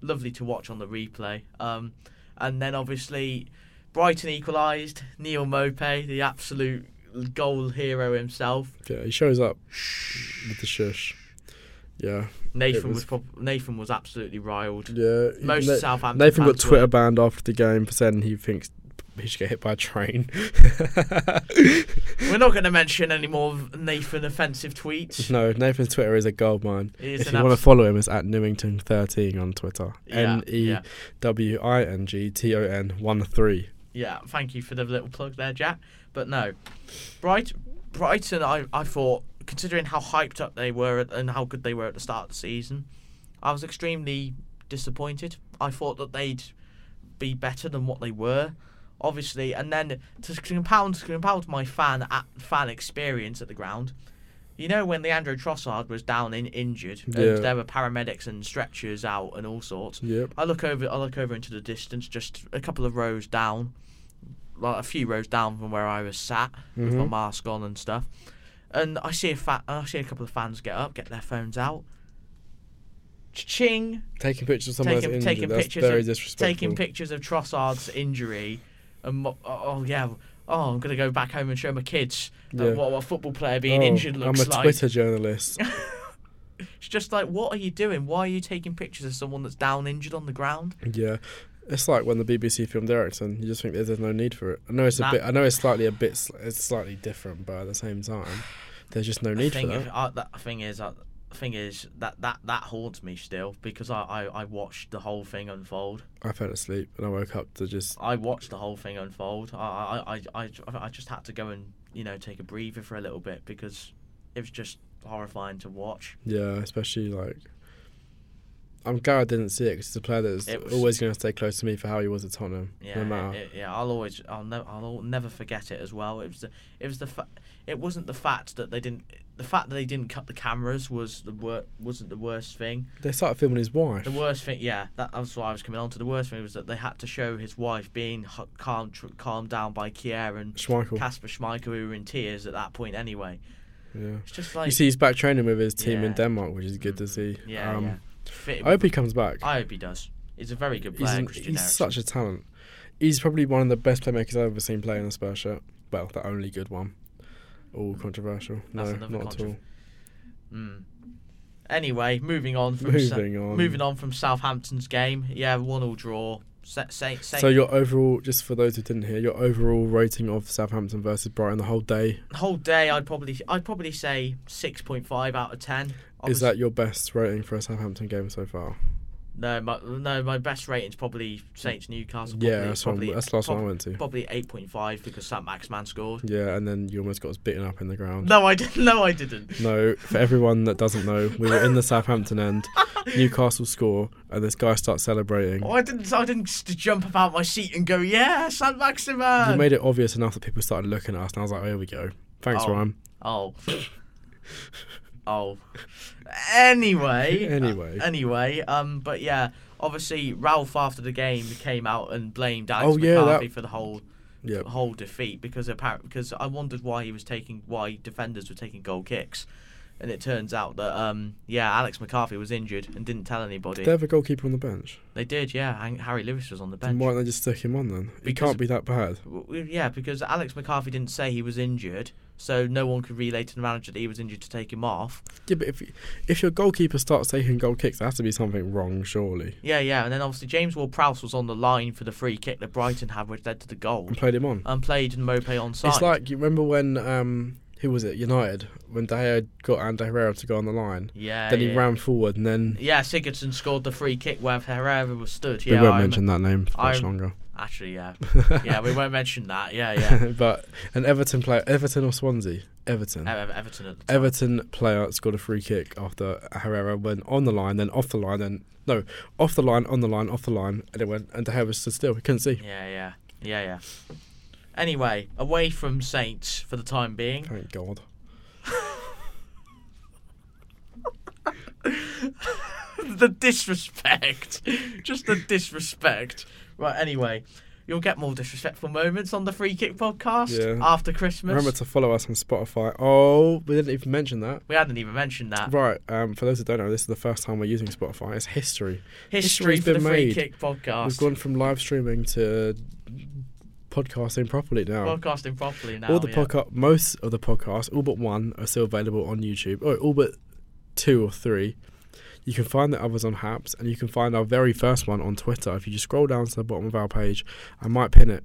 Lovely to watch on the replay. Um, and then obviously, Brighton equalised. Neil Mope, the absolute goal hero himself.
Yeah, he shows up with the shush. Yeah.
Nathan
was-
was, prob- Nathan was absolutely riled.
Yeah.
Most
Na-
Southampton
Nathan got
fans were.
Twitter banned after the game for saying he thinks he should get hit by a train.
We're not going to mention any more Nathan offensive tweets.
no, Nathan's Twitter is a goldmine.
It is
If
an
you want
abs-
to follow him, it's at Newington13 on Twitter.
Yeah,
N E
yeah.
W I N G T O N 1 3.
Yeah, thank you for the little plug there, Jack. But no, Bright, Brighton, I, I thought, considering how hyped up they were at- and how good they were at the start of the season, I was extremely disappointed. I thought that they'd be better than what they were, obviously. And then to compound to compound my fan at, fan experience at the ground, you know when Leandro Trossard was down in injured,
Yeah.
and there were paramedics and stretchers out and all sorts.
Yep.
I look over. I look over into the distance, just a couple of rows down, like a few rows down from where I was sat with my
Mhm.
mask on and stuff. And I see a fa- I see a couple of fans get up, get their phones out. Ching,
Taking pictures of someone
taking
that's
taking
injured. That's
pictures,
very
of,
disrespectful.
taking pictures of Trossard's injury, and mo- oh oh, yeah, oh I'm gonna go back home and show my kids uh,
Yeah.
what, what a football player being
Oh,
injured looks
I'm a
like.
Twitter journalist.
It's just like, what are you doing? Why are you taking pictures of someone that's down injured on the ground?
Yeah, it's like when the BBC filmed Ericsson. You just think there's, there's no need for it. I know it's a
That-
bit. I know it's slightly a bit. sl- It's slightly different, but at the same time, there's just no need for
thing is,
that.
I, that thing is, I, thing is that that that haunts me still because I, I I watched the whole thing unfold.
I fell asleep and I woke up to just.
I watched the whole thing unfold. I I I I, I just had to go and you know take a breather for a little bit because it was just horrifying to watch.
Yeah, especially like. I'm glad I didn't see it because it's a player that's
It was-
always going to stay close to me for how he was at Tottenham,
Yeah,
no
it-
matter.
it- yeah. I'll always, I'll never, I'll al- never forget it as well. It was the, it was the, fa- it wasn't the fact that they didn't, the fact that they didn't cut the cameras was the wor- wasn't the worst thing.
they started filming his wife.
The worst thing, yeah, that, that's what I was coming on to. The worst thing was that they had to show his wife being hu- calmed, tr- calmed down by Kier and
Schmeichel.
Casper Schmeichel, who were in tears at that point anyway.
yeah.
It's just like,
You see, he's back training with his team in
Yeah. Mm-hmm.
Denmark, which is good to see.
yeah,
um,
yeah. Fit-
I hope he comes back.
I hope he does. He's a very good
He's,
player,
an-
Christian
he's
Eriksen.
such a talent. He's probably one of the best playmakers I've ever seen play in a Spurs shirt. Well, the only good one. All controversial. No,
Mm. That's
not
another
at
controver-
all.
Mm. Anyway, moving on from Sa-
Moving on.
moving on from Southampton's game. Yeah, one all draw. Sa- sa- sa-
So your overall, just for those who didn't hear, your overall rating of Southampton versus Brighton the whole day
whole day, I'd probably, I'd probably say six point five out of ten.
is that your best rating for a Southampton game so far?
No, my no, my best rating's probably Saints Newcastle. Probably,
yeah, that's,
probably,
one, that's the last
prob-
one I went to.
Probably eight point five because Sam Maxman scored.
Yeah, and then you almost got us beaten up in the ground.
No, I didn't. No, I didn't.
No, for everyone that doesn't know, we were in the Southampton end. Newcastle score, and this guy starts celebrating.
Oh, I didn't. I didn't s- jump up out my seat and go, "Yeah, Sam
You
Maximan."
made it obvious enough that people started looking at us, and I was like, "Oh, here we go. Thanks,
Oh.
Ryan."
oh. oh. Anyway.
Anyway.
uh, anyway. Um. But yeah, obviously Ralph after the game came out and blamed Alex
Oh, yeah, that-
McCarthy for the whole
Yeah,
whole defeat because apparent because I wondered why he was taking why defenders were taking goal kicks, and it turns out that um yeah Alex McCarthy was injured and didn't tell anybody.
they have a goalkeeper on the bench.
They did yeah. and Harry Lewis was on the
Then
bench.
why don't they just stick him on then? He
Because-
can't be that bad.
W- w- Yeah, because Alex McCarthy didn't say he was injured, so no one could relay to the manager that he was injured to take him off.
Yeah, but if if your goalkeeper starts taking goal kicks, there has to be something wrong, surely.
Yeah, yeah, and then obviously James Ward-Prowse was on the line for the free kick that Brighton had, which led to the goal,
And played him on.
and played Mope on side.
It's like you remember when um who was it United when De Gea got Ander Herrera to go on the line.
yeah,
then he
yeah.
ran forward, and then
Yeah, Sigurdsson scored the free kick where Herrera was stood.
we
Yeah,
won't
I remember-
mention that name for much
I'm-
longer.
Actually, yeah, yeah, we won't mention that. Yeah, yeah. E-,
but an Everton player, Everton or Swansea, Everton.
Ever- E-, Everton at the time.
Everton player scored a free kick after Herrera went on the line, then off the line, then no, off the line, on the line, off the line, and it went and De Gea stood still. He couldn't see.
Yeah, yeah, yeah, yeah. Anyway, away from Saints for the time being.
Thank God.
the disrespect. Just the disrespect. Right, anyway, you'll get more disrespectful moments on the Free Kick podcast
Yeah.
after Christmas.
Remember to follow us on Spotify. Oh, we didn't even mention that.
we hadn't even mentioned that.
Right, um, for those who don't know, this is the first time we're using Spotify. It's history.
History
History's
for the
been
Free
made.
Kick
We've
podcast.
gone from live streaming to podcasting properly now.
Podcasting properly now.
all the
oh, yeah.
podcast, most of the podcasts, all but one, are still available on YouTube. Oh, all but two or three. You can find the others on Haps, and you can find our very first one on Twitter. If you just scroll down to the bottom of our page, I might pin it.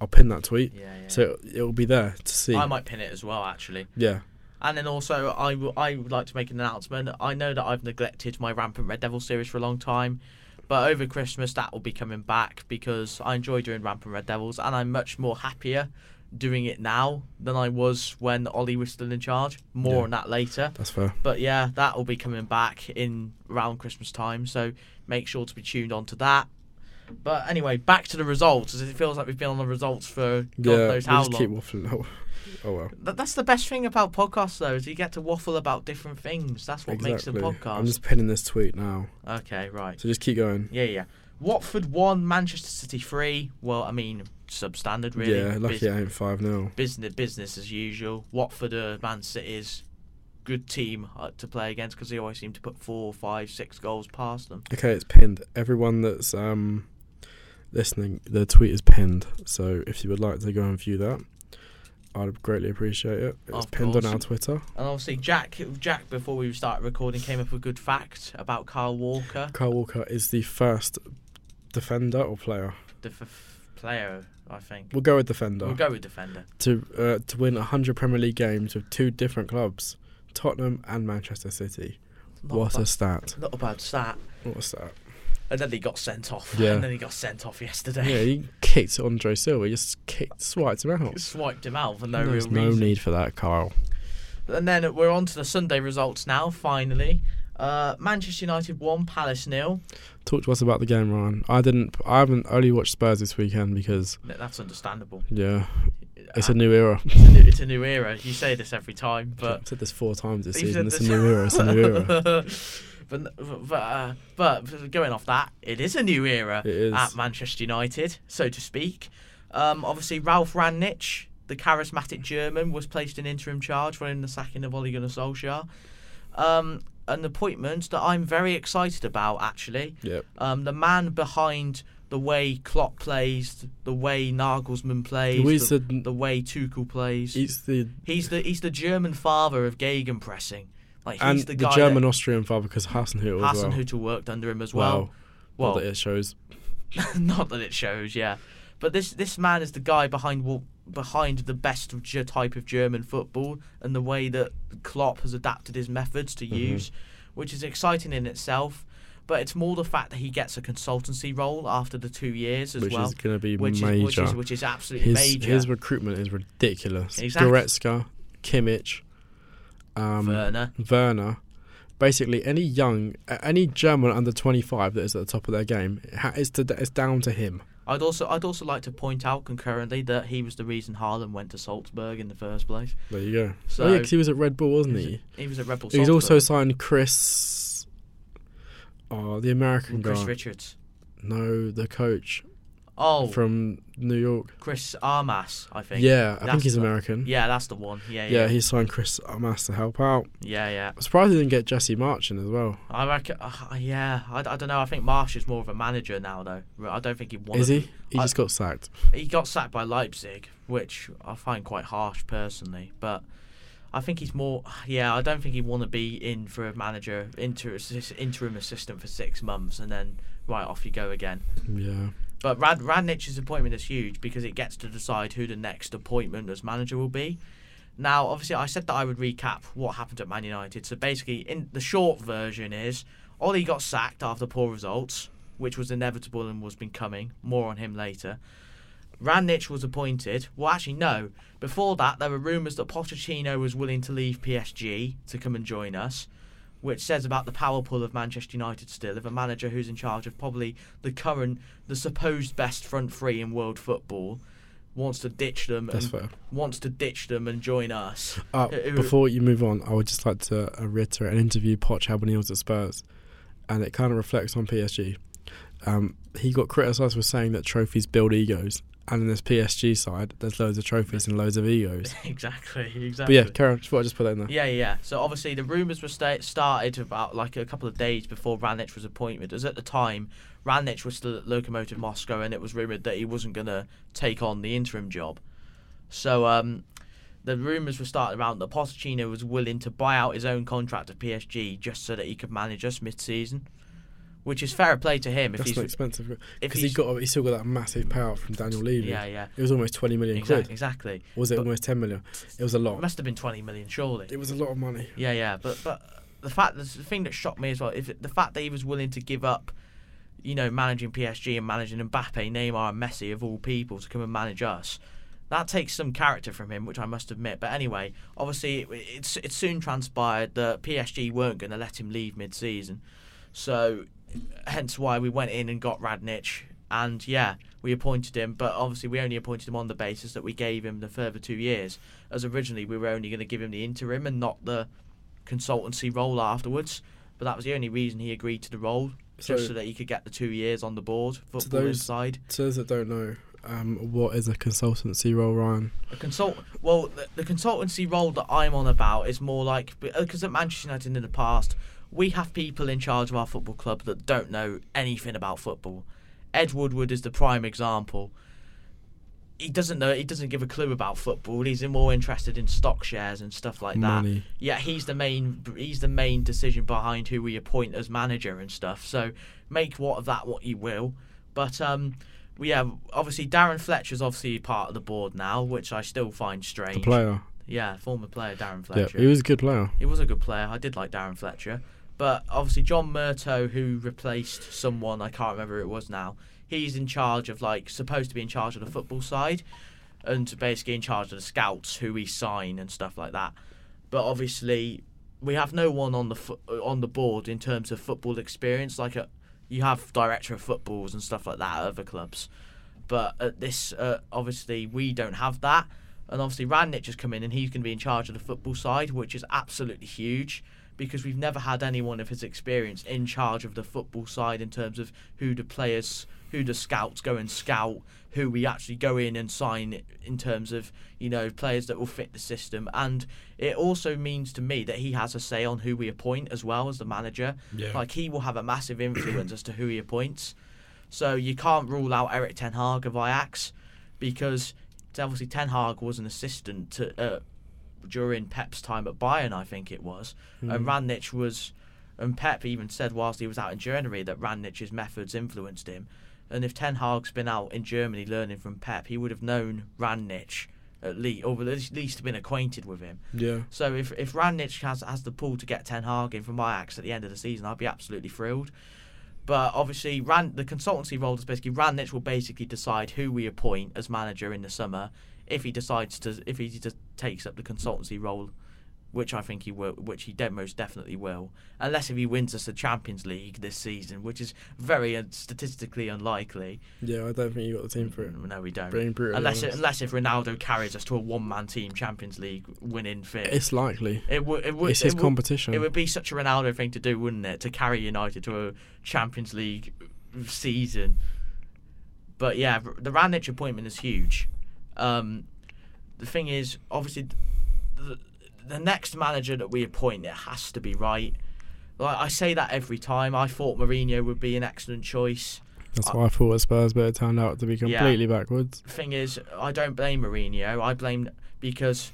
I'll pin that tweet,
Yeah, yeah.
so it will be there to see.
I might pin it as well, actually.
yeah,
And then also, I w- I would like to make an announcement. I know that I've neglected my Rampant Red Devil series for a long time, but over Christmas that will be coming back because I enjoy doing Rampant Red Devils and I'm much more happier doing it now than I was when Ollie was still in charge. More
Yeah.
on that later.
that's fair.
But yeah, that will be coming back in around Christmas time, so make sure to be tuned on to that. But anyway, back to the results, as it feels like we've been on the results for God
yeah,
knows
we
how
just
long.
keep waffling. Oh, oh well.
Th- That's the best thing about podcasts, though, is you get to waffle about different things. That's what makes the
exactly.
podcast.
I'm just pinning this tweet now.
Okay, right.
So just keep going.
Yeah, yeah. Watford one, Manchester City three. Well, I mean, substandard, really.
Yeah, lucky it ain't five 0
business, business as usual. Watford are Man City's good team uh, to play against because they always seem to put four, five, six goals past them.
Okay, it's pinned. Everyone that's um, listening, the tweet is pinned. So if you would like to go and view that, I'd greatly appreciate it. It's
Of
pinned on our
course.
Twitter.
And obviously, Jack, Jack, before we started recording, came up with a good fact about Carl Walker,
Kyle Walker is the first defender or player.
the f- f- player, I think.
We'll go with defender
We'll go with defender.
to uh, to win 100 Premier League games with two different clubs, Tottenham and Manchester City.
Not
what
bad.
a stat!
Not a bad stat.
What a stat!
And then he got sent off.
Yeah.
And then he got sent off
yeah,
yesterday.
he kicked Andre Silva. He just kicked, swiped him out.
Swiped him out for no
There's
real
no
reason.
need for that, Kyle.
And then we're on to the Sunday results now, finally. Uh, Manchester United 1, Palace nil.
Talk to us about the game, Ryan. I didn't. I haven't only watched Spurs this weekend because
Th- That's understandable.
yeah, it's
Uh,
a new era.
it's, a new, it's a new era. You say this every time, but.
I've said this four times this
You've
season.
said
It's a new era. It's a new era.
but but, uh, but going off that, it is a new era
It is.
at Manchester United, so to speak. Um, obviously, Ralph Rannich, the charismatic German, was placed in interim charge following the sacking of Ole Gunnar Solskjaer. Um, an appointment that I'm very excited about, actually.
Yep.
Um, the man behind the way Klopp plays, the way Nagelsmann plays,
He's
the,
the-
the way Tuchel plays.
It's the
He's the he's the German father of gegenpressing. Like he's
and
the
the,
guy
German
that
Austrian father because Hasenhüttl as well.
Hasenhüttl worked under him as
Wow.
well. Well,
Not that it shows.
not that it shows, yeah. But this this man is the guy behind wa- behind the best of ge- type of German football and the way that Klopp has adapted his methods
Mm-hmm.
to use, which is exciting in itself. But it's more the fact that he gets a consultancy role after the two years as
Which
well,
is gonna be
which is which is
major.
which is absolutely
His
major.
his recruitment is ridiculous.
Exactly.
Goretzka, Kimmich, um,
Werner.
Werner. Basically, any young, a- any German under twenty five that is at the top of their game, ha- it's, to, it's down to him.
I'd also I'd also like to point out concurrently that he was the reason Haaland went to Salzburg in the first place.
There you go.
So-
oh yeah, 'cause he was at Red Bull, wasn't he?
He was at Rebel
He's
Salzburg.
also signed Chris, oh the American
Chris
guy.
Richards.
No, the coach
Oh,
from New York.
Chris Armas, I think.
Yeah, I think
That's
he's
the-
American.
Yeah, that's the one. Yeah,
yeah,
yeah,
he signed Chris Armas to help out.
yeah, yeah.
I'm surprised he didn't get Jesse March in as well.
I reckon. Uh, yeah, I, I don't know. I think Marsh is more of a manager now, though. R- I don't think he won.
Is he? He
I-
just got sacked.
He got sacked by Leipzig, which I find quite harsh personally. But I think he's more. Yeah, I don't think he want to be in for a manager, inter, assist- interim assistant for six months, and then right off you go again.
Yeah,
But Rad Radnich's appointment is huge because it gets to decide who the next appointment as manager will be. Now, obviously, I said that I would recap what happened at Man United. So basically, in the short version is Ollie got sacked after poor results. which was inevitable and was been coming. More on him later. Ranić was appointed. Well, actually, no. Before that, there were rumours that Pochettino was willing to leave PSG to come and join us, which says about the power pull of Manchester United still, of a manager who's in charge of probably the current, the supposed best front three in world football, wants to ditch them
That's
and
fair.
wants to ditch them and join us.
Uh,
Who-
before you move on, I would just like to uh, reiterate an interview Poch had when he was at Spurs, and it kind of reflects on PSG. Um, he got criticised for saying that trophies build egos, and in this PSG side, there's loads of trophies and loads of egos.
exactly,
But
exactly.
yeah, Karen, just thought I'd just put that in there.
Yeah, yeah. So obviously the rumours were sta- started about like a couple of days before Ranich was appointed. As at the time, Ranich was still at Lokomotiv Moscow, and it was rumoured that he wasn't going to take on the interim job. So um, the rumours were started around that Pochettino was willing to buy out his own contract of PSG just so that he could manage us mid-season, which is fair play to him if
That's
he's
not expensive
if
because he got he still got that massive payout from Daniel Levy.
yeah yeah
It was almost 20 million
exactly
quid.
exactly.
Was it
But-
almost 10 million? It was a
It
lot.
must have been twenty million surely.
It was a lot of money.
Yeah, yeah, but but the fact the thing that shocked me as well is the fact that he was willing to give up, you know, managing PSG and managing Mbappe, Neymar, and Messi of all people to come and manage us. That takes some character from him, which I must admit. But anyway, obviously, it, it, it soon transpired that PSG weren't going to let him leave mid-season, so hence why we went in and got Radnich, and yeah, we appointed him. But obviously, we only appointed him on the basis that we gave him the further two years, as originally we were only going to give him the interim and not the consultancy role afterwards. But that was the only reason he agreed to the role, just
So-
so that he could get the two years on the board, football
those-
inside.
To those that don't know, um, what is a consultancy role, Ryan?
A consult. Well, the, the consultancy role that I'm on about is more like because at Manchester United in the past, we have people in charge of our football club that don't know anything about football. Ed Woodward is the prime example. He doesn't know. He doesn't give a clue about football. He's more interested in stock shares and stuff like that.
Money.
Yeah, he's the main he's the main decision behind who we appoint as manager and stuff. So make what of that what you will. But um, we have obviously Darren Fletcher's obviously part of the board now, which I still find strange.
The player.
Yeah, former player Darren
Yeah,
Fletcher.
he was a good player.
He was a good player. I did like Darren Fletcher. But obviously, John Murto, who replaced someone, I can't remember who it was now, he's in charge of, like, supposed to be in charge of the football side and basically in charge of the scouts who we sign and stuff like that. But obviously, we have no one on the fo- uh, on the board in terms of football experience. Like, a, you have director of footballs and stuff like that at other clubs but at this, uh, obviously, we don't have that. And obviously, Ranić has come in and he's going to be in charge of the football side, which is absolutely huge because we've never had anyone of his experience in charge of the football side in terms of who the players, who the scouts go and scout, who we actually go in and sign in terms of, you know, players that will fit the system. And it also means to me that he has a say on who we appoint as well as the manager.
Yeah.
Like, he will have a massive influence as to who he appoints. So you can't rule out Eric Ten Hag of Ajax because obviously Ten Hag was an assistant to, uh, during Pep's time at Bayern, I think it was, and Ranić was, and Pep even said whilst he was out in Germany that Ranić's methods influenced him, and if Ten Hag's been out in Germany learning from Pep, he would have known Ranić at least, or at least been acquainted with him.
Yeah.
So if if Ranić has has the pull to get Ten Hag in from Ajax at the end of the season, I'd be absolutely thrilled. But obviously, Ran the consultancy role is basically Ranić will basically decide who we appoint as manager in the summer if he decides to if he just takes up the consultancy role, which I think he will, which he de- most definitely will, unless if he wins us the Champions League this season, which is very uh, statistically unlikely.
Yeah, I don't think you got the team for it.
Mm, No, we don't.
Being brutally
Unless
honest.
unless if Ronaldo carries us to a one man team Champions League winning fit.
It's likely.
It would. It would.
It's his
it would-
competition.
It would be such a Ronaldo thing to do, wouldn't it, to carry United to a Champions League season? But yeah, the Ranić appointment is huge. Um, the thing is, obviously, the, the next manager that we appoint, it has to be right. Like I say that every time. I thought Mourinho would be an excellent choice.
That's why I thought at Spurs, but it turned out to be completely backwards.
thing is, I don't blame Mourinho. I blame because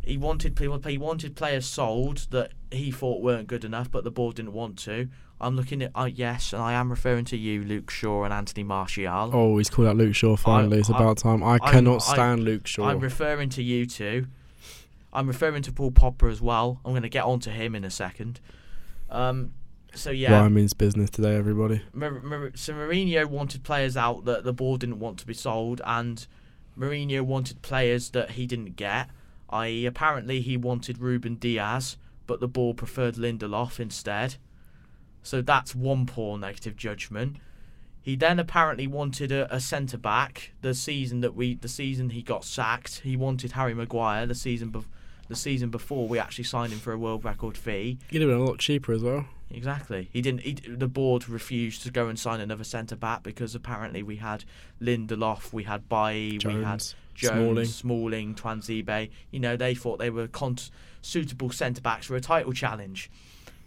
he wanted people. He wanted players sold that he thought weren't good enough, but the board didn't want to. I'm looking at uh, yes, and I am referring to you, Luke Shaw and Anthony Martial.
Oh, he's called out Luke Shaw finally. it's
I-
about time. I
I-
cannot
I-
stand Luke Shaw.
I'm referring to you two. I'm referring to Paul Popper as well. I'm going to get on to him in a second. Um, So yeah,
Ryan means business today, everybody.
Mar- Mar- so Mourinho wanted players out that the ball didn't want to be sold, and Mourinho wanted players that he didn't get. I.e., apparently he wanted Ruben Diaz, but the ball preferred Lindelof instead. So that's one poor negative judgment. He then apparently wanted a, a centre back. The season that we, the season he got sacked, he wanted Harry Maguire. The season, bef- the season before we actually signed him for a world record fee.
You'd have been a lot cheaper as well.
Exactly. He didn't. He, the board refused to go and sign another centre back because apparently we had Lindelof, we had Bailly, we had
Jones, Smalling.
Jones, Smalling, Twanzebe. You know, they thought they were con- suitable centre backs for a title challenge.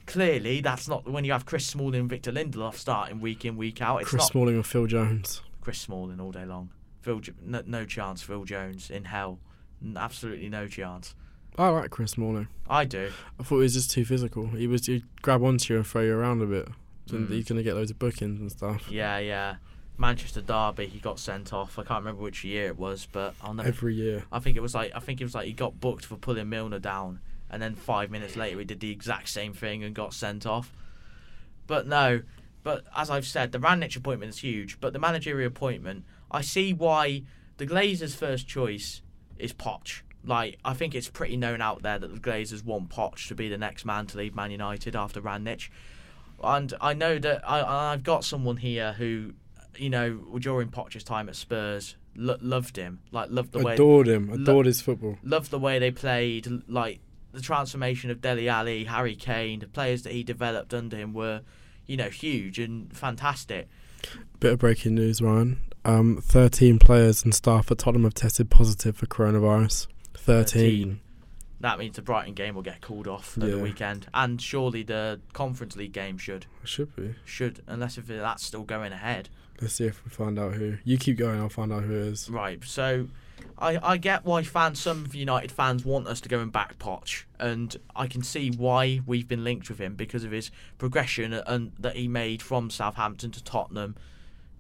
Clearly, that's not when you have Chris Smalling and Victor Lindelof starting week in week out. It's
Chris
not
Smalling or Phil Jones.
Chris Smalling all day long. Phil, Jo- no, no chance. Phil Jones in hell. N- Absolutely no chance.
I like Chris Smalling.
I do.
I thought he was just too physical. He was he'd grab onto you and throw you around a bit. And
Mm.
He's gonna get loads of bookings and stuff.
Yeah, yeah. Manchester Derby, he got sent off. I can't remember which year it was, but I'll never.
Every year.
I think it was like I think it was like he got booked for pulling Milner down, and then five minutes later he did the exact same thing and got sent off. But no, but as I've said, the Ranić appointment is huge. But the managerial appointment, I see why the Glazers' first choice is Poch. Like I think it's pretty known out there that the Glazers want Poch to be the next man to leave Man United after Ranić. And I know that I, I've got someone here who, you know, during Poch's time at Spurs, lo- loved him, like loved the way
adored him.
Lo-
Adored his football.
loved the way they played. l- Like the transformation of Deli Ali, Harry Kane, the players that he developed under him were, you know, huge and fantastic.
Bit of breaking news, Ryan. Um, 13 players and staff at Tottenham have tested positive for coronavirus. 13.
That means the Brighton game will get called off at
Yeah.
the weekend, and surely the Conference League game should
Should be.
should unless if that's still going ahead.
Let's see if we find out who. You keep going, I'll find out who it is.
Right, so I, I get why fans, some of United fans want us to go and back Poch, and I can see why we've been linked with him because of his progression and that he made from Southampton to Tottenham.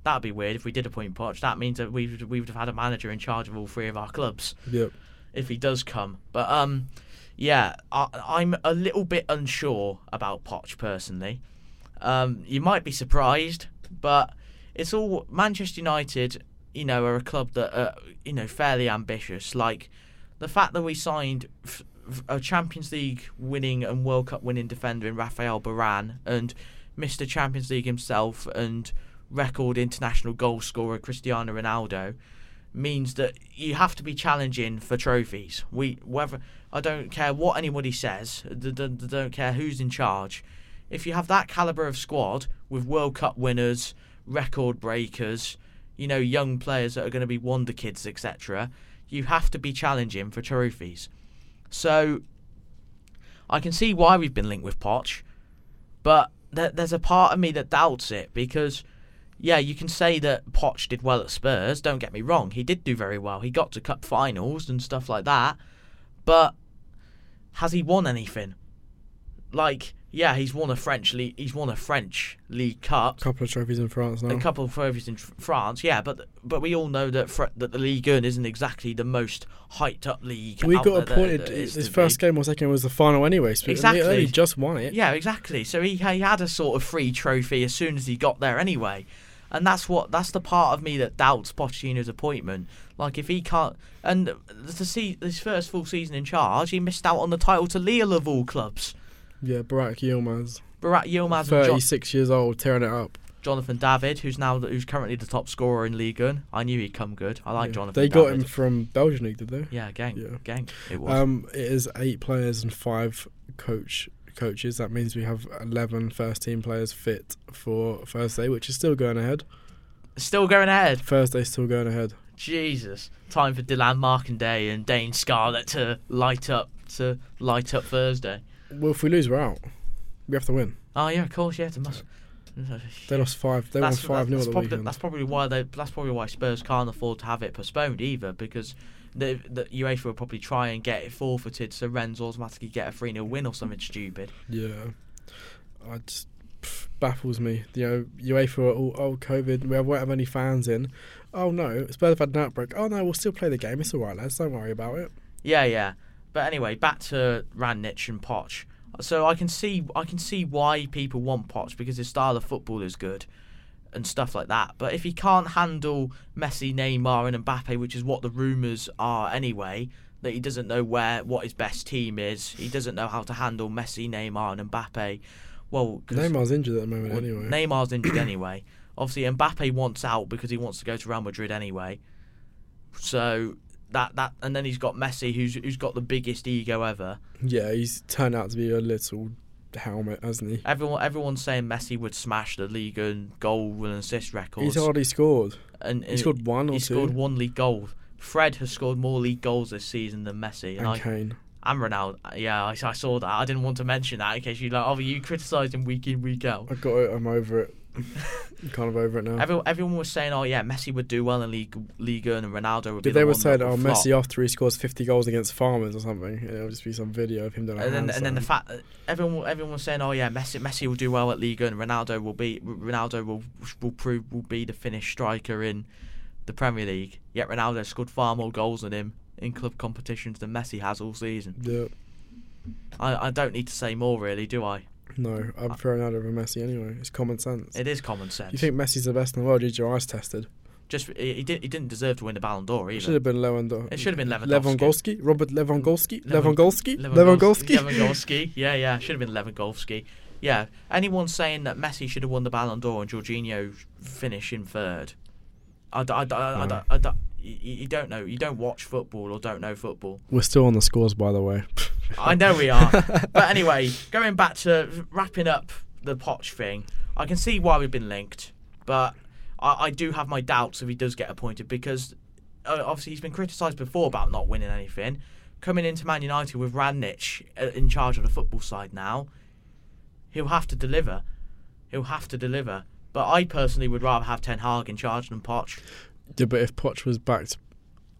That'd be weird if we did appoint Poch. That means that we we would have had a manager in charge of all three of our clubs
Yep.
if he does come. But um, yeah, I, I'm a little bit unsure about Poch personally. Um, you might be surprised, but it's all Manchester United. You know, are a club that are you know fairly ambitious. Like the fact that we signed f- f- a Champions League winning and World Cup winning defender in Rafael Varane and Mr. Champions League himself and record international goal scorer Cristiano Ronaldo means that you have to be challenging for trophies. We whether I don't care what anybody says, I d- d- d- don't care who's in charge. If you have that caliber of squad with World Cup winners, record breakers, you know, young players that are going to be wonder kids, etc., you have to be challenging for trophies. So I can see why we've been linked with Poch, but th- there's a part of me that doubts it because yeah, you can say that Poch did well at Spurs. Don't get me wrong, he did do very well. He got to cup finals and stuff like that. But has he won anything? Like, yeah, he's won a French league. He's won a French League Cup,
couple of trophies in France now.
a couple of trophies in Fr- France. Yeah, but but we all know that Fr- that the League One isn't exactly the most hyped up league.
we
out
got
there that-
appointed.
that is
His
to
first
be.
game or second game was the final anyway. So
Exactly.
They only just won it.
Yeah, exactly. So he, he had a sort of free trophy as soon as he got there anyway. And that's what that's the part of me that doubts Pochettino's appointment. Like if he can't and to see his first full season in charge, he missed out on the title to Lille of all clubs.
Yeah, Barack Yilmaz,
Barak Yilmaz and Jo-
36 years old, tearing it up.
Jonathan David, who's now who's currently the top scorer in League One. I knew he'd come good. I like
Yeah.
Jonathan.
They got
David.
him from Belgian League, did they?
Yeah, gang,
Yeah.
gang. It was.
Um, it is eight players and five coach coaches. That means we have 11 first team players fit for Thursday, which is still going ahead.
Still going ahead.
Thursday's still going ahead.
Jesus. Time for Dylan Markanday and Dane Scarlett to light up to light up Thursday.
Well, if we lose, we're out. We have to win.
Oh yeah, of course, yeah, they must.
They lost five. They
that's,
won five 0
that's
at the
probably,
weekend.
That's probably why they. That's probably why Spurs can't afford to have it postponed either, because the, the UEFA will probably try and get it forfeited, so Rennes automatically get a three 0 win or something stupid.
Yeah, I just pff, baffles me. You know, UEFA are all oh COVID. We won't have any fans in. Oh no, Spurs have had an outbreak. Oh no, we'll still play the game. It's all right, lads. Don't worry about it.
Yeah, yeah. But anyway, back to Ranić and Poch. So I can see I can see why people want Poch because his style of football is good and stuff like that. But if he can't handle Messi, Neymar, and Mbappe, which is what the rumours are anyway, that he doesn't know where what his best team is, he doesn't know how to handle Messi, Neymar, and Mbappe. Well, 'cause-
Neymar's injured at the moment
well,
anyway.
Neymar's injured anyway. Obviously, Mbappe wants out because he wants to go to Real Madrid anyway. So that that and then he's got Messi, who's who's got the biggest ego ever.
yeah, he's turned out to be a little helmet, hasn't he?
Everyone everyone's saying Messi would smash the league and goal and assist records.
He's already scored.
and,
He scored one or
he
two.
scored one league goal. Fred has scored more league goals this season than Messi, and
and
I,
Kane.
and Ronaldo. Yeah, I, I saw that. I didn't want to mention that in case you like. Oh, you criticising week in week out.
I got it. I'm over it. I'm kind of over it now.
Every, everyone was saying, "Oh yeah, Messi would do well in league, league and Ronaldo would be."
Did
the
they were
one
saying,
that
"Oh,
would flop."
Messi after he scores 50 goals against Farmers or something"? and It'll just be some video of him doing. a
And then, and then the
handstand.
fact that everyone, everyone was saying, "Oh yeah, Messi, Messi will do well at Liga, and Ronaldo will be, Ronaldo will will prove will be the Finnish striker in the Premier League." Yet Ronaldo scored far more goals than him in club competitions than Messi has all season.
Yeah,
I, I don't need to say more, really, do I?
no, I'm throwing out over Messi anyway. It's common sense.
It is common
you
sense.
think Messi's the best in the world? You Did your eyes tested?
Just he, he didn't he didn't deserve to win the Ballon d'Or
It should
either.
have been Lewandowski.
It should have been Lewandowski.
Lewandowski. Robert Lewandowski.
Lewand-
Lewandowski. Lewandowski.
Lewandowski. Yeah, yeah. Should have been Lewandowski. Yeah. Anyone saying that Messi should have won the Ballon d'Or and Jorginho finish in third, I, d- I, d- I, d-
No.
I d- you- you don't know. You don't watch football or don't know football.
We're still on the scores, by the way.
I know we are. but anyway, going back to wrapping up the Poch thing, I can see why we've been linked, but I, I do have my doubts if he does get appointed because uh, obviously he's been criticised before about not winning anything. Coming into Man United with Radnick uh, in charge of the football side now, he'll have to deliver. He'll have to deliver. But I personally would rather have Ten Hag in charge than Poch.
Yeah, but if Poch was backed,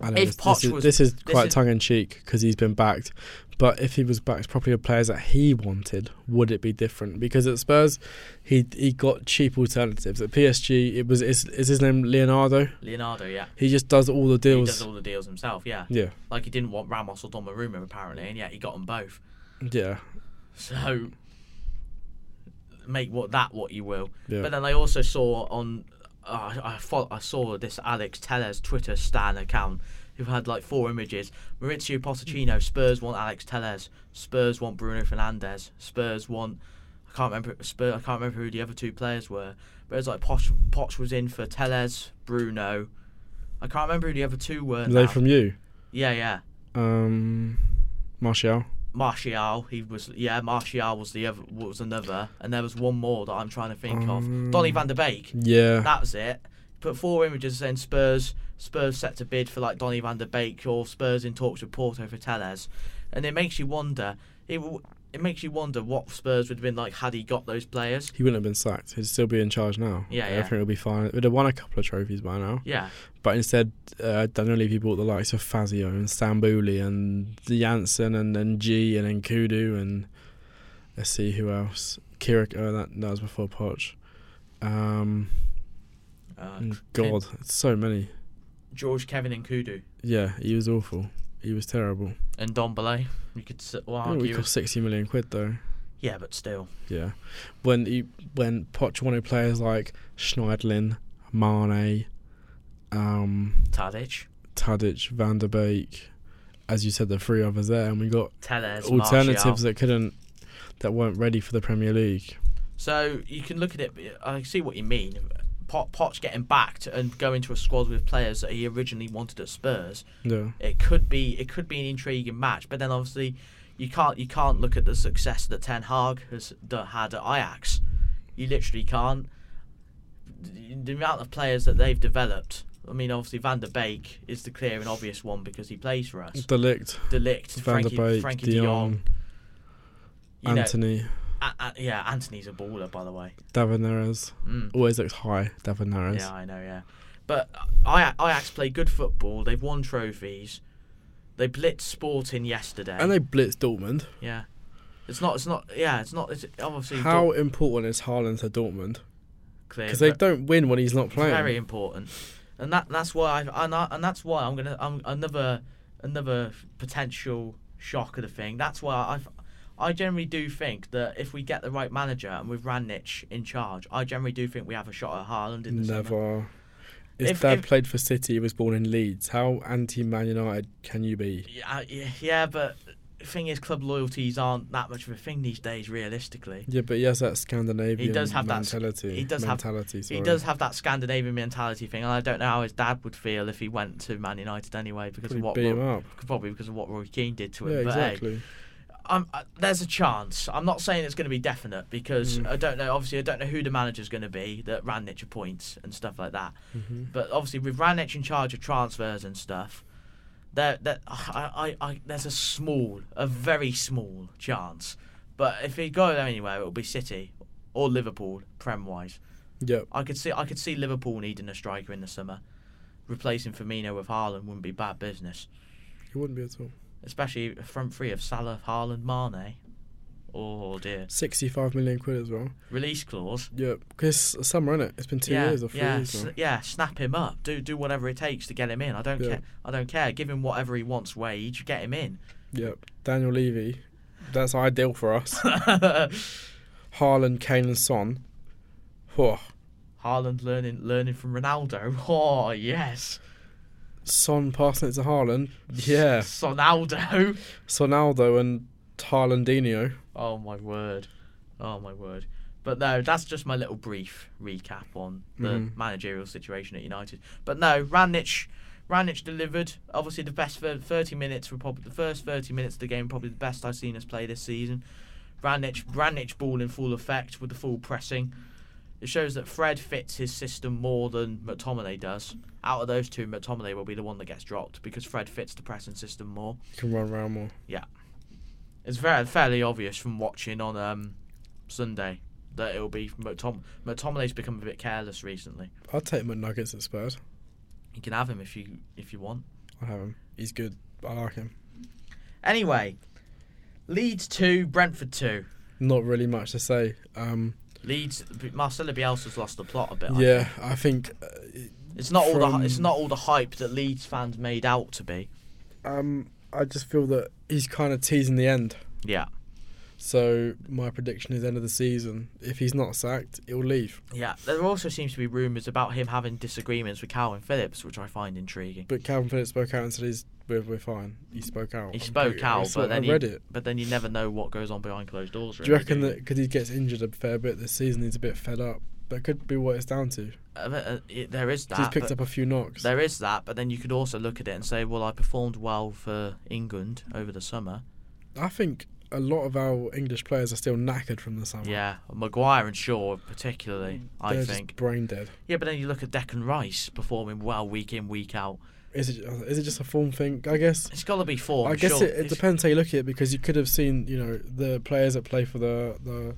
I know
If
this, this
Poch
is,
was-
this is
this
quite
is-
tongue in cheek because he's been backed. But if he was backed properly with players that he wanted, would it be different? Because at Spurs, he he got cheap alternatives. At PSG, it was is, is his name Leonardo.
Leonardo, yeah.
He just does all the deals.
He does all the deals himself, yeah.
yeah,
Like he didn't want Ramos or Donnarumma apparently, and yet he got them both.
yeah,
So make what that what you will.
yeah.
But then I also saw on uh, I I, fo- I saw this Alex Teller's Twitter stan account who had like four images. Maurizio Pochettino, Spurs want Alex Tellez, Spurs want Bruno Fernandez, Spurs want I can't remember Spurs, I can't remember who the other two players were. But it was like Poch, Poch was in for Tellez, Bruno. I can't remember who the other two were.
Are they
now.
from you?
yeah, yeah.
Um, Martial.
Martial, he was yeah. Martial was the other, was another, and there was one more that I'm trying to think
Um,
of. Donny Van de Beek.
Yeah,
That was it. Put four images saying Spurs, Spurs set to bid for like Donny Van de Beek or Spurs in talks with Porto for Tellez, and it makes you wonder. It w- it makes you wonder what Spurs would have been like had he got those players.
he wouldn't have been sacked. He'd still be in charge now.
Yeah, yeah.
Everything will be fine. We'd have won a couple of trophies by now.
Yeah,
But instead, uh, Daniel Levy bought the likes of Fazio and Stambouli and Janssen and then G and then Kudu and let's see who else. Kirik, oh, that, that was before Poch. Um,
uh,
and Mm, God, it's so many.
George Kevin and Kudu
Yeah, he was awful. He was terrible.
and Don Belay. You could s- well,
I think we
argue.
cost 60 million quid though.
Yeah, but still.
Yeah. When he, when Poch wanted players like Schneidlin, Mane, um,
Tadic,
Tadic, Van der Beek, as you said, the three others there, and we got
Tellez,
alternatives
Martial.
that couldn't that weren't ready for the Premier League.
So you can look at it. I see what you mean. Pot, Potch getting backed and going to a squad with players that he originally wanted at Spurs.
Yeah.
It could be it could be an intriguing match, but then obviously you can't you can't look at the success that Ten Hag has d- had at Ajax. You literally can't. The the amount of players that they've developed. I mean, obviously Van der Beek is the clear and obvious one because he plays for us.
Delict,
Delict,
Van der
Frankie,
Beek,
Frankie
De
De
Jong,
Jong. You know,
Anthony,
a- a- yeah, Anthony's a baller, by the way.
David Neres.
Mm.
Always looks high, David Neres.
Yeah, I know. Yeah, but Ajax, Ajax play good football. They've won trophies. They blitzed Sporting yesterday.
And they blitzed Dortmund.
yeah, it's not. It's not. Yeah, it's not. It's obviously
How important is Haaland to Dortmund?
clear.
Because they
but
don't win when he's not
it's
playing.
very important, and that that's why I and, I, and that's why I'm gonna. I'm another another potential shock of the thing. That's why I've. I generally do think that if we get the right manager and with Ranić in charge, I generally do think we have a shot at Haaland in the summer.
Never. His
If-
dad
if-
played for City. He was born in Leeds. How anti-Man United can you be?
Yeah, I- yeah, yeah, but the thing is, club loyalties aren't that much of a thing these days, realistically.
Yeah, but he has that Scandinavian
He does have that sc-
mentality.
he does have-
mentality,
He
sorry.
does have that Scandinavian mentality thing, and I don't know how his dad would feel if he went to Man United anyway, because
Probably
of what
beat him
Roy,
up.
probably because of what Roy Keane did to him.
Yeah,
but hey,
exactly.
I'm, uh, there's a chance. I'm not saying it's going to be definite because
Mm.
I don't know. Obviously, I don't know who the manager's going to be that Ranić appoints and stuff like that.
hmm
But obviously, with Ranić in charge of transfers and stuff, there, there, I, I, I, there's a small, a very small chance. But if he go anywhere, it'll be City or Liverpool, prem wise.
Yep.
I could see, I could see Liverpool needing a striker in the summer. Replacing Firmino with Haaland wouldn't be bad business,
He wouldn't be at all.
especially a front three of Salah, Haaland, Mane. Oh dear.
Sixty-five million quid as well.
release clause.
Yep. Because it's summer, is it? It's been two
yeah,
years or three
yeah,
years.
s-
now.
yeah. Snap him up. Do do whatever it takes to get him in. I don't
Yeah.
care. I don't care. Give him whatever he wants. Wage. Get him in.
Yep. Daniel Levy. That's ideal for us. Haaland, Kane, and Son. Whoa.
Haaland learning learning from Ronaldo. Oh yes,
Son passing it to Haaland. Yeah.
Sonaldo.
Sonaldo and Haalandinho.
Oh my word. Oh my word. But no, that's just my little brief recap on the
Mhm.
managerial situation at United. But no, Ranić, Ranić delivered. Obviously, the best thir- thirty minutes were probably the first thirty minutes of the game. Probably the best I've seen us play this season. Ranić, Ranić ball in full effect with the full pressing. It shows that Fred fits his system more than McTominay does. Out of those two, McTominay will be the one that gets dropped because Fred fits the pressing system more.
Can run around more.
It's very fairly obvious from watching on um, Sunday that it'll be McTom. McTominay's become a bit careless recently.
I'd take McNuggets at Spurs.
You can have him if you if you want.
I'd have him. He's good. I like him.
Anyway, Leeds two, Brentford two.
Not really much to say. Um,
Leeds Marcelo Bielsa's lost the plot a bit. I
yeah,
think.
I think. Uh,
it's not all the
from-
hy- it's not all the hype that Leeds fans made out to be.
um, I just feel that he's kind of teasing the end.
Yeah,
So my prediction is end of the season. If he's not sacked, he'll leave.
yeah. There also seems to be rumours about him having disagreements with Calvin Phillips, which I find intriguing.
But Calvin Phillips spoke out and said he's we're, we're fine. He spoke out.
He
I'm
spoke
pretty- I
out,
saw-
but then
I read
he,
it.
but then you never know what goes on behind closed doors.
Do
Really,
you reckon
do
that because he gets injured a fair bit this season, he's a bit fed up? That could be what it's down to.
Uh, but, uh, it- there is
'Cause He's
that.
picked
but
up a few knocks.
there is that, but then you could also look at it and say, well, I performed well for England over the summer.
I think a lot of our English players are still knackered from the summer.
Yeah, Maguire and Shaw particularly, I
Oh. Mm. They're
think.
just brain dead.
Yeah, but then you look at Declan Rice performing well week in, week out.
Is it is it just a form thing? I guess.
It's got to be form.
I guess
sure.
it, it
It's-
depends how you look at it because you could have seen you know the players that play for the the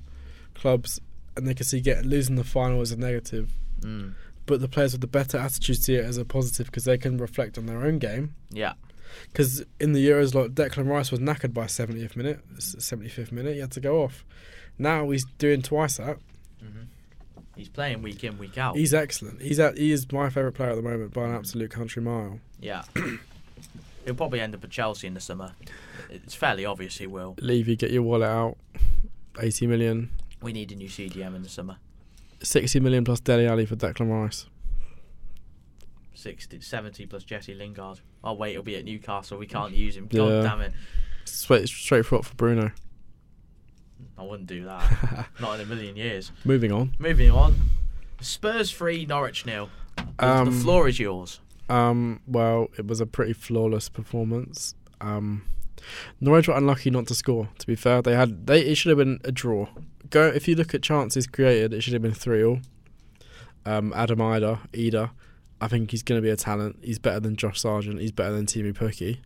clubs and they could see get losing the final as a negative,
Mm,
but the players with the better attitude see it as a positive because they can reflect on their own game.
yeah,
Because in the Euros, like Declan Rice was knackered by 70th minute, 75th minute, he had to go off. Now he's doing twice that.
he's playing week in, week out.
He's excellent. He's at, he is my favourite player at the moment by an absolute country mile.
yeah. He'll probably end up at Chelsea in the summer. It's fairly obvious he will.
Levy, get your wallet out. 80 million.
We need a new CDM in the summer.
60 million plus Deli Ali for Declan Rice.
60, 70 plus Jesse Lingard. Oh, wait, he'll be at Newcastle. We can't use him. God
Yeah.
damn it.
Straight, straight for up for Bruno.
I wouldn't do that. Not in a million years.
Moving on.
Moving on. Spurs three, Norwich nil. the
Um,
floor is yours.
Um, well, it was a pretty flawless performance. Um, Norwich were unlucky not to score. To be fair, they had they it should have been a draw. Go if you look at chances created, it should have been three all. Um, Adam Ida, Ida, I think he's going to be a talent. He's better than Josh Sargent. He's better than Timmy Pukki.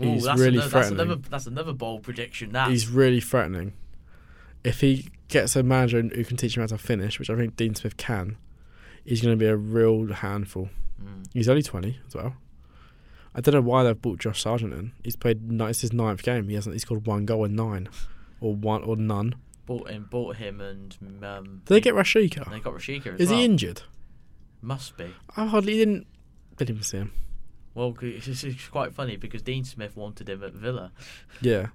Ooh,
He's
that's
really
another, that's
threatening.
another that's another bold prediction. That
He's really threatening. If he gets a manager who can teach him how to finish, which I think Dean Smith can, he's going to be a real handful.
Mm.
He's only 20 as well. I don't know why they've brought Josh Sargent in. He's played ni- it's his ninth game. He hasn't. He's scored one goal in nine, or one or none.
bought him, bought him, and um,
Did they get Rashika?
they got Rashika as
Is
well.
he injured?
Must be.
I hardly didn't. Didn't even see him.
Well, c- it's, it's quite funny because Dean Smith wanted him at Villa.
Yeah,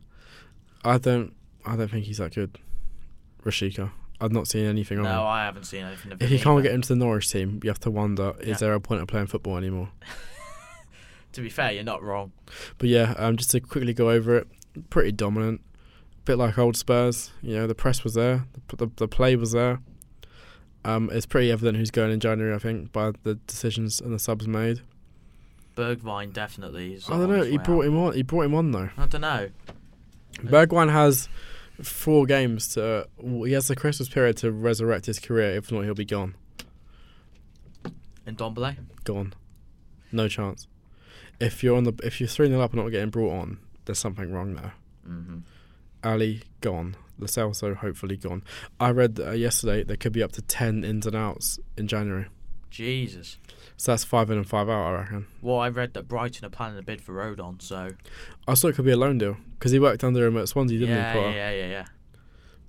I don't. I don't think he's that good. Rashika. I've not seen anything of
No,
him.
I haven't seen anything of
If
him
he can't
either.
get into the Norwich team, you have to wonder is
Yeah.
there a point of playing football anymore?
To be fair, you're not wrong.
But yeah, um, just to quickly go over it, pretty dominant. Bit like old Spurs, you know, the press was there, the, the, the play was there. Um, it's pretty evident who's going in January, I think, by the decisions and the subs made.
Bergvine definitely is.
I don't know. He brought him on. He brought him on though.
I don't know.
Bergwijn has four games to. He has the Christmas period to resurrect his career. If not, he'll be gone.
And Dombele.
Gone. No chance. If you're on the, if you're three 0 up and not getting brought on, there's something wrong there.
Mm-hmm.
Ali gone. Lo Celso hopefully gone. I read uh, yesterday there could be up to ten ins and outs in January.
Jesus.
So that's five in and five out. I reckon.
Well, I read that Brighton are planning a bid for Rodon, so
I saw it could be a loan deal because he worked under him at Swansea, didn't
yeah,
he? Potter?
yeah, yeah, yeah.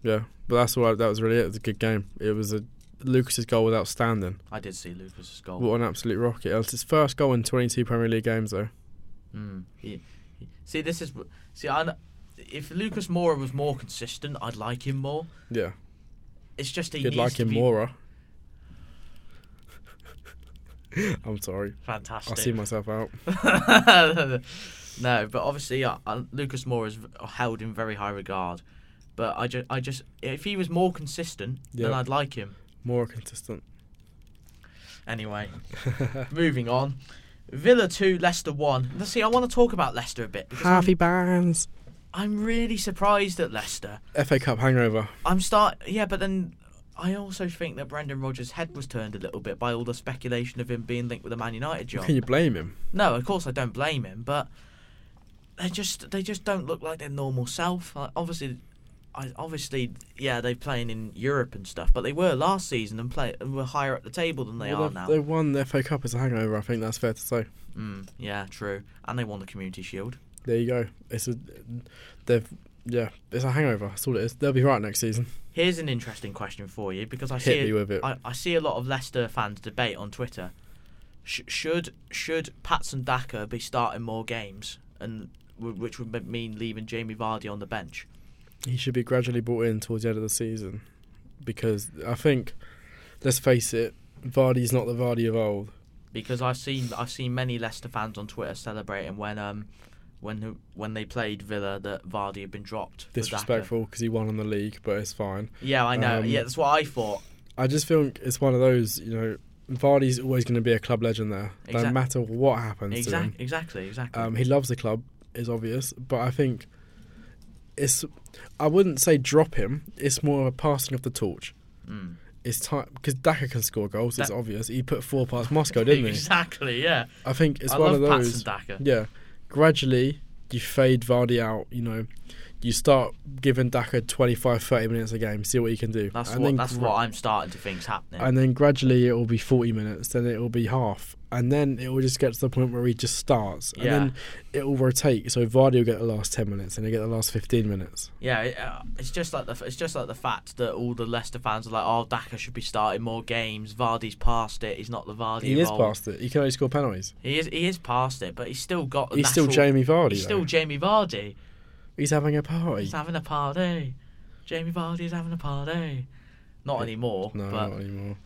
Yeah, but that's all. I, that was really it. It was a good game. It was a Lucas's goal was outstanding.
I did see Lucas's goal.
What an absolute rocket! It was his first goal in 22 Premier League games, though.
Mm. He- he- see, this is see. I, kn- if Lucas Mora was more consistent, I'd like him more.
Yeah,
It's just he
good
needs
like
to
him,
be
Mora. I'm sorry. I
Fantastic.
see myself out.
no, but obviously, uh, uh, Lucas Moore is v- held in very high regard. But I just, I just, if he was more consistent, then
Yeah.
I'd like him.
Mora consistent.
Anyway, moving on. Villa two, Leicester one. Now, see, I want to talk about Leicester a bit. because I'm-
Harvey Barnes.
I'm really surprised at Leicester.
FA Cup hangover.
I'm start yeah, but then I also think that Brendan Rodgers' head was turned a little bit by all the speculation of him being linked with the Man United job.
Can you blame him?
No, of course I don't blame him, but they just they just don't look like their normal self. Like, obviously, I obviously yeah they're playing in Europe and stuff, but they were last season and play and were higher up the table than they
Well,
are
they've-
now.
They won the FA Cup as a hangover. I think that's fair to say.
Mm, yeah, true, and they won the Community Shield.
There you go. It's a. They've. Yeah, it's a hangover. That's all it is. They'll be right next season.
Here's an interesting question for you because I see
Hit
it-
me with it.
I, I see a lot of Leicester fans debate on Twitter. Sh- should should Patson Daka be starting more games, and w- which would m- mean leaving Jamie Vardy on the bench?
he should be gradually brought in towards the end of the season because I think, let's face it, Vardy's not the Vardy of old.
Because I've seen I've seen many Leicester fans on Twitter celebrating when um when when they played Villa that Vardy had been dropped. for Daka.
Disrespectful because he won on the league, but it's fine.
Yeah, I know.
Um,
yeah, that's what I thought.
I just think it's one of those, you know, Vardy's always going to be a club legend there, no
Exact-
matter what happens to him.
Exactly, exactly, exactly.
Um, he loves the club, is obvious, but I think it's. I wouldn't say drop him. It's more of a passing of the torch.
Mm.
It's time because Daka can score goals. it's
That-
obvious. He put four past Moscow, didn't he?
exactly, yeah.
I think it's
I
one
love
of those.
Patson Daka.
Yeah. Gradually, you fade Vardy out, you know. You start giving Daka 25, 30 minutes a game, see what he can do.
That's
and
what
then
that's
gra-
what I'm starting to think's happening.
And then gradually it will be 40 minutes, then it will be half. And then it will just get to the point where he just starts. And
Yeah.
then it will rotate. So Vardy will get the last 10 minutes and he'll get the last 15 minutes.
Yeah, it, uh, it's just like the it's just like the fact that all the Leicester fans are like, "Oh, Daka should be starting more games. Vardy's past it. He's not the Vardy."
He
of
is
old."
past it. He can only score penalties.
He is he is past it, but he's still got. the
He's still
natural-
Jamie Vardy.
He's
He's,
still Jamie Vardy.
he's having a party.
He's having a party. Jamie Vardy's having a party. Not anymore.
no,
but
not anymore.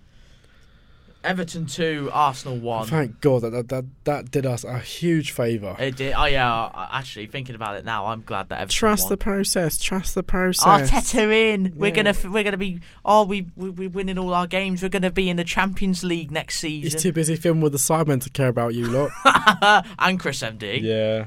Everton two, Arsenal one.
Thank God that, that that that did us a huge favour.
It did. Oh yeah. I- Actually, thinking about it now, I'm glad that Everton
Trust
won.
the process. Trust the process.
Arteta in. We're
Yeah.
gonna f- we're gonna be. Oh, we we we're winning all our games. We're gonna be in the Champions League next season.
He's too busy filming with the sidemen to care about you lot.
and Chris MD.
yeah,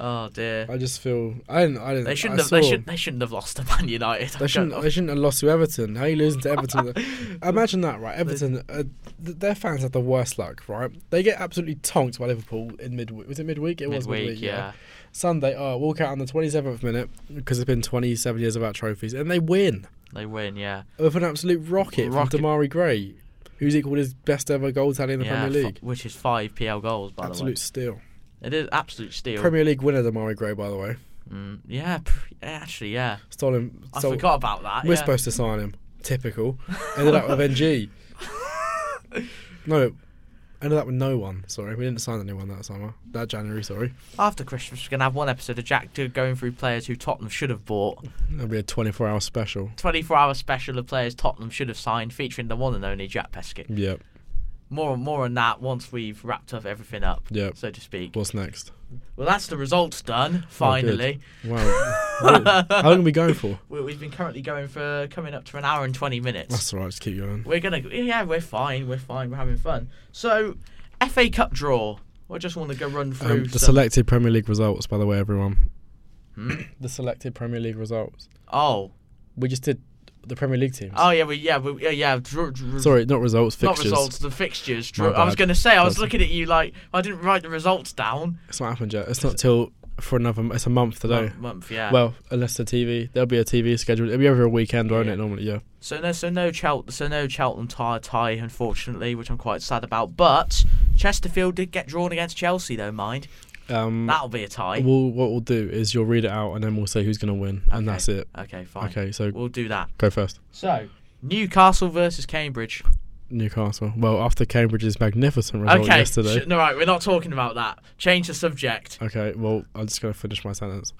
Oh dear.
I just feel I didn't. I didn't.
They shouldn't
I
have. They
saw-
should. They shouldn't have lost to Man United.
They shouldn't. They shouldn't have lost to Everton. How are you losing to Everton? Imagine that, right? Everton. Uh, th- their fans have the worst luck, right? They get absolutely tonked by Liverpool in midweek. Was it midweek? It was
Midweek,
midweek.
yeah.
Sunday. Oh, walk out on the twenty seventh minute because it's been twenty seven years without trophies, and they win
They win, yeah.
with an absolute rocket,
Rocket.
from Damari Gray, who's equalled his best ever goal tally in the
yeah
Premier
f-
League.
which is five PL goals, by
absolute steal.
the way. It is absolute steal.
Premier League winner Damari Gray, by the way.
Mm, yeah, pr- actually, yeah.
Stole him.
I
stole-
forgot about that.
We're
yeah.
supposed to sign him. Typical. Ended up with NG. no, ended up with no one. Sorry, we didn't sign anyone that summer. That January, sorry.
After Christmas, we're going to have one episode of Jack Dug going through players who Tottenham should have bought.
That'll be a 24-hour special.
24 hour special of players Tottenham should have signed, featuring the one and only Jack Peskin.
Yep.
More, more on that once we've wrapped up everything up,
Yep.
so to speak.
What's next?
Well, that's the results
Oh,
done, finally.
Wow. How long are we going for?
we We've been currently going for coming up to an hour and 20 minutes.
That's all right. Just keep going.
We're gonna, yeah, we're fine, we're fine, we're having fun. So, FA Cup draw. I just want to go run through.
Um, the
some-
selected Premier League results, by the way, everyone.
Hmm?
the selected Premier League results.
oh,
We just did the Premier League teams.
oh yeah, we yeah, we, yeah, yeah. Draw, draw,
Sorry, not results,
not
fixtures.
results, the fixtures.
My
Draw. I was
bad.
gonna say, I was
That's-
looking at you like I didn't write the results down.
It's not happened yet. It's not till for another. It's a month today.
Month, month, yeah.
Uh, Well, unless the TV, there'll be a TV scheduled. It'll be over a weekend, won't
Yeah.
it? Normally, yeah.
So no, so no Cheltenham, so no Cheltenham tie, tie, unfortunately, which I'm quite sad about. But Chesterfield did get drawn against Chelsea, though. Mind
Um,
that'll be a tie.
we'll, what we'll do is you'll read it out, and then we'll say who's going to win, and
Okay.
that's it.
okay, fine.
Okay, so
We'll do that.
go first.
So Newcastle versus Cambridge.
Newcastle. Well, after Cambridge's magnificent result
okay.
yesterday.
sh- no, right. We're not talking about that. Change the subject.
Okay, well, I'm just going to finish my sentence.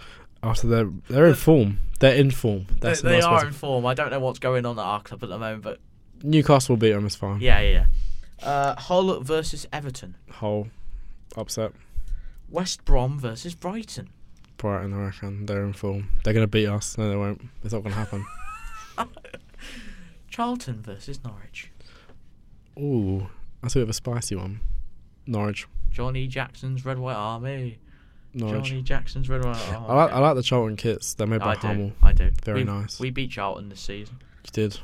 After they're they're in form, they're in form. That's
they they
nice
are
way
in form. I don't know what's going on at our club at the moment, but
to- Newcastle will beat them. It's fine.
yeah, yeah. yeah. Uh, Hull versus Everton.
Hull upset
West Brom versus Brighton.
Brighton. I reckon they're in form. They're going to beat us. No, they won't. It's not going to happen.
Charlton versus Norwich.
Ooh, that's a bit of a spicy one. Norwich.
Johnny Jackson's Red White Army.
Norwich.
Johnny Jackson's Red White Army.
I like I like the Charlton kits. They're made by
I
Hummel.
do. I do.
Very
we,
nice.
We beat Charlton this season.
You did.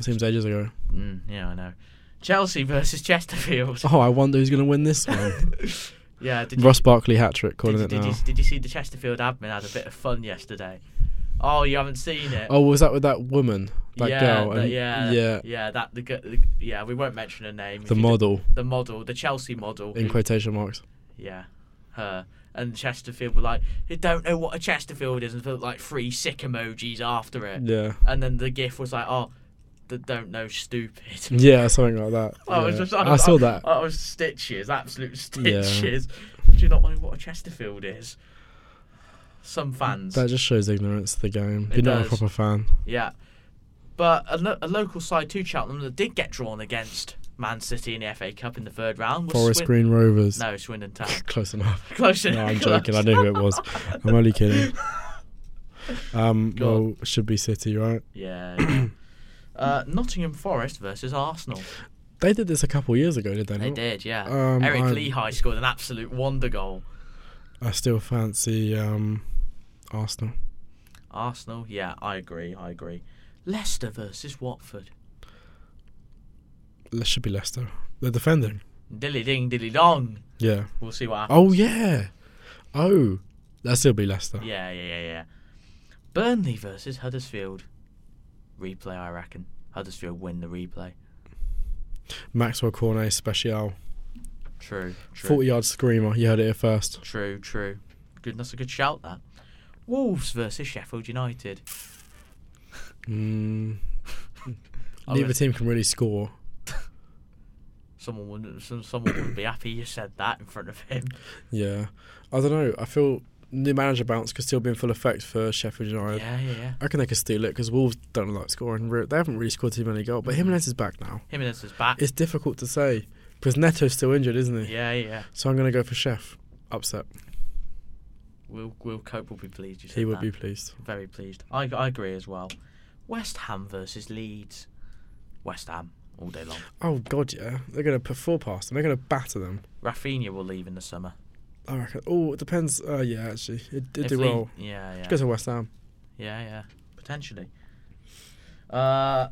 Seems ages ago.
Mm, yeah, I know. Chelsea versus Chesterfield.
Oh, I wonder who's going to win this one.
yeah, did you,
Ross Barkley hat trick, calling
did, you,
it
did,
now.
you, did you see the Chesterfield admin had a bit of fun yesterday? Oh, you haven't seen it.
Oh, was that with that woman, that
yeah,
girl?
that-
and-
yeah,
yeah,
yeah. That the, g- the yeah. We won't mention her name. If
the
you do-
model
the model, the Chelsea model.
in
who-
quotation marks.
Yeah, her and Chesterfield were like, "You don't know what a Chesterfield is," and put like three sick emojis after it.
Yeah,
And then the GIF was like, "Oh, the don't know, stupid."
yeah, something like that.
Oh, I was
yeah.
just,
I saw that.
I was stitches, absolute
Yeah.
stitches. Do you not know what a Chesterfield is? Some fans,
That just shows ignorance of the game.
It
You're not
does.
a proper fan.
yeah. But a, lo- a local side to Cheltenham that did get drawn against Man City in the FA Cup in the third round was
Forest
Swin-
Green Rovers.
No, Swindon Town.
Close enough.
Close
No,
enough.
I'm joking. I knew who it was. I'm only kidding. Um,
Go on.
well, should be City, right?
Yeah. yeah. uh, Nottingham Forest versus Arsenal.
They did this a couple years ago, did they?
They
not?
did, yeah.
Um,
Eric
I'm-
Lehigh scored an absolute wonder goal.
I still fancy um, Arsenal.
Arsenal, yeah, I agree, I agree. Leicester versus Watford.
It should be Leicester. They're defending.
Dilly ding, dilly dong.
Yeah.
We'll see what happens.
Oh yeah. Oh, that still be Leicester.
Yeah, yeah, yeah, yeah. Burnley versus Huddersfield. Replay, I reckon. Huddersfield win the replay.
Maxwell Cornet special.
True, true.
Forty yard screamer. You heard it here first.
True, true. Good, that's a good shout, that. Wolves versus Sheffield United.
Mm.
I
Neither
would-
team can really score.
Someone wouldn't, some, someone wouldn't be happy you said that in front of him.
Yeah. I don't know. I feel new manager bounce could still be in full effect for Sheffield United.
Yeah, yeah, yeah.
I reckon they could steal it because Wolves don't like scoring. Re- They haven't really scored too many goals. But
Mm.
Jimenez is back now.
Jimenez is back.
It's difficult to say because Neto's still injured, isn't he?
yeah, yeah.
So I'm going to go for Chef. Upset.
Will Will Cope will be pleased. You said
He would
that.
be pleased.
very pleased. I I agree as well. West Ham versus Leeds. West Ham all day long.
Oh God, yeah. They're going to put four past them. They're going to batter them.
Rafinha will leave in the summer.
I reckon. Oh, it depends. Uh, yeah, actually, it did
If
do
Le-
well.
Yeah, yeah,
Go to West Ham.
yeah, yeah. Potentially. Uh,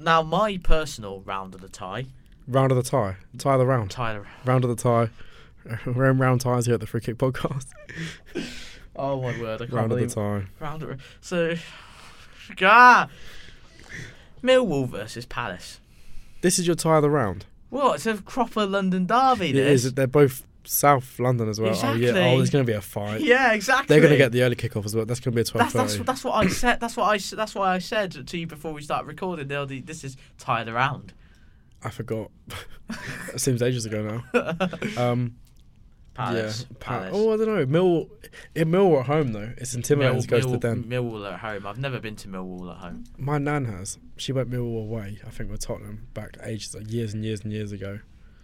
now my personal round of the tie.
Round of the tie. Tie of the round.
Tyler.
Round of the tie. We're in round ties here at the Free Kick Podcast.
Oh my word! I can't
round of the
believe
tie.
round of so. God. Millwall versus Palace.
This is your tie of the round.
What? It's a proper London derby.
It
this.
is. They're both South London as well. Oh
Exactly.
yeah. Oh, there's going to be a fight.
Yeah, exactly.
They're going to get the early kickoff as well. That's going to be a twelve
That's, that's
thirty.
that's what I said. That's what I s- that's what I said to you before we start recording. They'll do- This is tie the round.
I forgot. it seems ages ago now. Um,
Palace.
Yeah, Palace.
Palace.
Oh, I don't know. Mill, in Mill at home though. It's intimidating to go to
Mill-
them.
Millwall at home. I've never been to Millwall at home.
My nan has. She went Mill away. I think with Tottenham back ages, like years and years and years ago.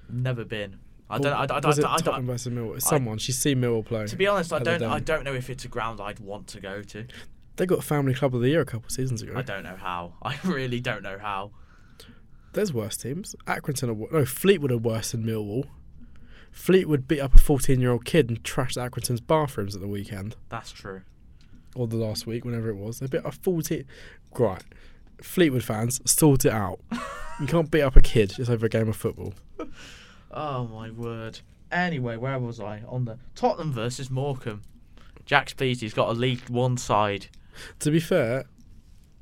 Never been. I
Or
don't. I, don't- I, don't-
was it
I, don't-
Tottenham versus Mill? Someone. She's seen Mill play.
to be honest, I
Other
don't. I
than-
don't know if it's a ground I'd want to go to.
They got Family Club of the Year a couple of seasons ago.
I don't know how. I really don't know how.
There's worse teams. Accrington are wor- no Fleetwood are worse than Millwall. Fleetwood beat up a 14 year old kid and trashed Accrington's bathrooms at the weekend
That's true.
or the last week, whenever it was. They beat a 14. Right, Fleetwood fans, sort it out. you can't beat up a kid just over a game of football.
Oh my word. Anyway, where was I? On the Tottenham versus Morecambe. Jack's pleased he's got a League One side.
To be fair,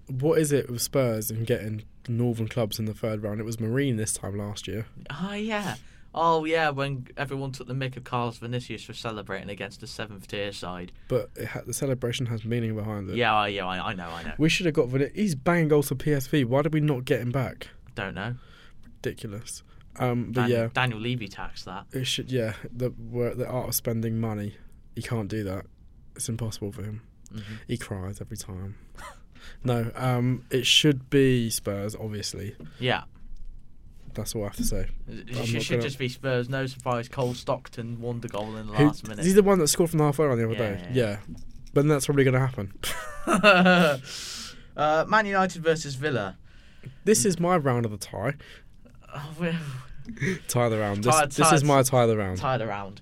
what is it with Spurs and getting Northern clubs in the third round? It was Marine this time last year.
Oh yeah. Oh yeah. When everyone took the mick of Carlos Vinicius for celebrating against the seventh tier side.
but it ha- the celebration has meaning behind it.
Yeah, I- yeah. I, I know. I know.
We should have got Vin- he's banging goals for PSV. Why did we not get him back?
Don't know.
Ridiculous. Um, but
Dan-
yeah,
Daniel Levy taxed that.
it should. Yeah, the wor- the art of spending money. He can't do that. It's impossible for him.
Mhm.
He cries every time. no, um, it should be Spurs. Obviously,
Yeah.
that's all I have to say.
It
I'm
sh-
not
should
gonna-
just be Spurs. No surprise. Cole Stockton won the goal in the
Who-
last minute.
He's the one that scored from the half line the other
Yeah,
day.
yeah,
Yeah, but that's probably going to happen.
uh, Man United versus Villa.
this is my round of the tie.
Oh, we're
Tie the round. This,
Tie-
this is
tie-
my tie the round.
tied around.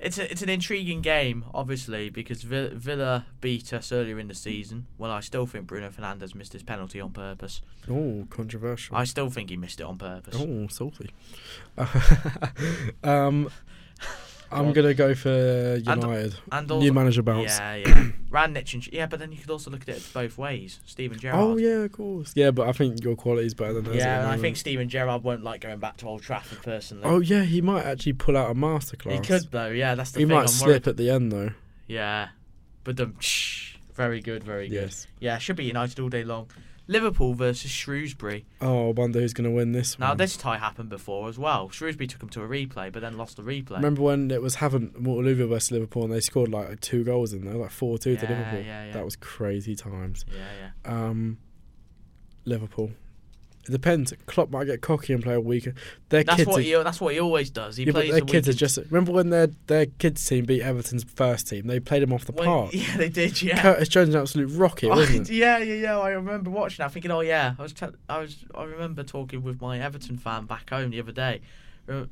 It's a, it's an intriguing game, obviously, because Vi- Villa beat us earlier in the season. Well, I still think Bruno Fernandes missed his penalty on purpose.
Oh, controversial.
I still think he missed it on purpose.
Oh, salty. um, I'm
on.
gonna go for
And-
United.
And
New
also,
manager bounce.
yeah, yeah, Ranić and yeah, but then you could also look at it both ways. Steven Gerrard.
oh yeah, of course. Yeah, but I think your quality's better than theirs. at
Yeah,
the
and I
moment.
think Steven Gerrard won't like going back to Old Trafford personally.
Oh yeah, he might actually pull out a masterclass.
he could though. Yeah, that's the
He
thing.
might
I'm
slip
Worried.
at the end though.
Yeah, but the very good, very good.
Yes.
Yeah, should be United all day long. Liverpool versus Shrewsbury.
Oh, I wonder who's gonna win this
Now
one.
this tie happened before as well. Shrewsbury took him to a replay, but then lost the replay.
Remember when it was having Waterloo versus Liverpool and they scored like two goals in there, like four two to
Yeah,
Liverpool.
yeah, yeah.
That was crazy times.
yeah, yeah.
Um, Liverpool. It depends. Klopp might get cocky and play a weaker. Their
That's
kids
what
are-
he. That's what he always does. He
yeah, but
plays
their
the
kids are
weakest-
just. Remember when their their kids team beat Everton's first team? They played them off the
when-
park.
Yeah, they did. Yeah.
Curtis Jones an absolute rocket, wasn't it?
yeah, yeah, yeah. I remember watching. that, thinking, oh yeah, I was, tell I was, I remember talking with my Everton fan back home the other day, uh,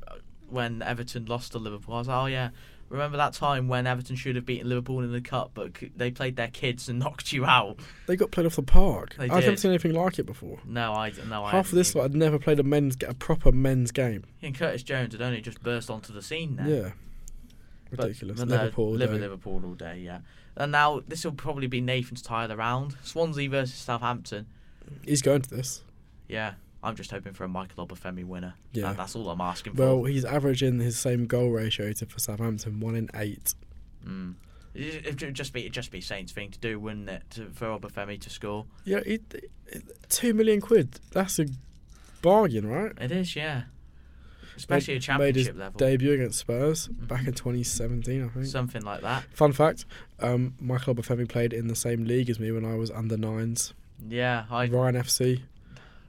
when Everton lost to Liverpool. I was like, oh yeah, remember that time when Everton should have beaten Liverpool in the cup, but c- they played their kids and knocked you out.
They got played off the park.
They
I've never
did.
seen anything like it before.
No, I, no, I.
Half of
hadn't
this
either.
lot had never played a men's a proper men's game.
And Curtis Jones had only just burst onto the scene then.
Yeah,
But-
ridiculous.
but no,
Liverpool.
Liver-
though.
Liverpool all day, yeah. And now this will probably be Nathan's tie of the round. Swansea versus Southampton.
He's going to this.
Yeah, I'm just hoping for a Michael Obafemi winner.
Yeah.
That- that's all I'm asking
Well,
for.
he's averaging his same goal ratio to for Southampton, one in eight.
Mm. It- It'd just be it'd just be Saints thing to do, wouldn't it, to, for Obafemi to score?
Yeah, he, he- two million quid. That's a bargain, right?
It is, yeah. Especially a
Made his
championship level, Mm-hmm.
debut against Spurs back in 2017, I think.
something like that.
Fun fact: um, Michael Obafemi played in the same league as me when I was under nines.
Yeah, I
Ryan FC,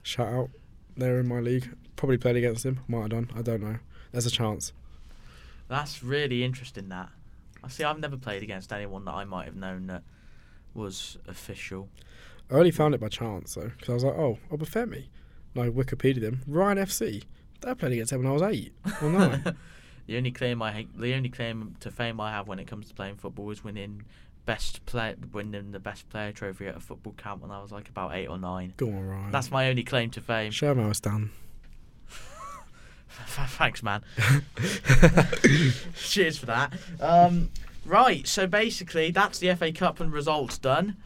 shout out, they're in my league. Probably played against him. Might have done. I don't know. There's a chance.
That's really interesting. That I see. I've never played against anyone that I might have known that was official.
I only found it by chance though, because I was like, oh, Obafemi. And I Wikipedia him. Ryan FC. They played against him when I was eight or nine.
The only claim I ha- the only claim to fame I have when it comes to playing football is winning best play winning the best player trophy at a football camp when I was like about eight or nine.
Go on, Ryan.
That's my only claim to fame.
Show him how it's done.
Thanks, man. Cheers for that. Um, right, so basically that's the FA Cup and results done.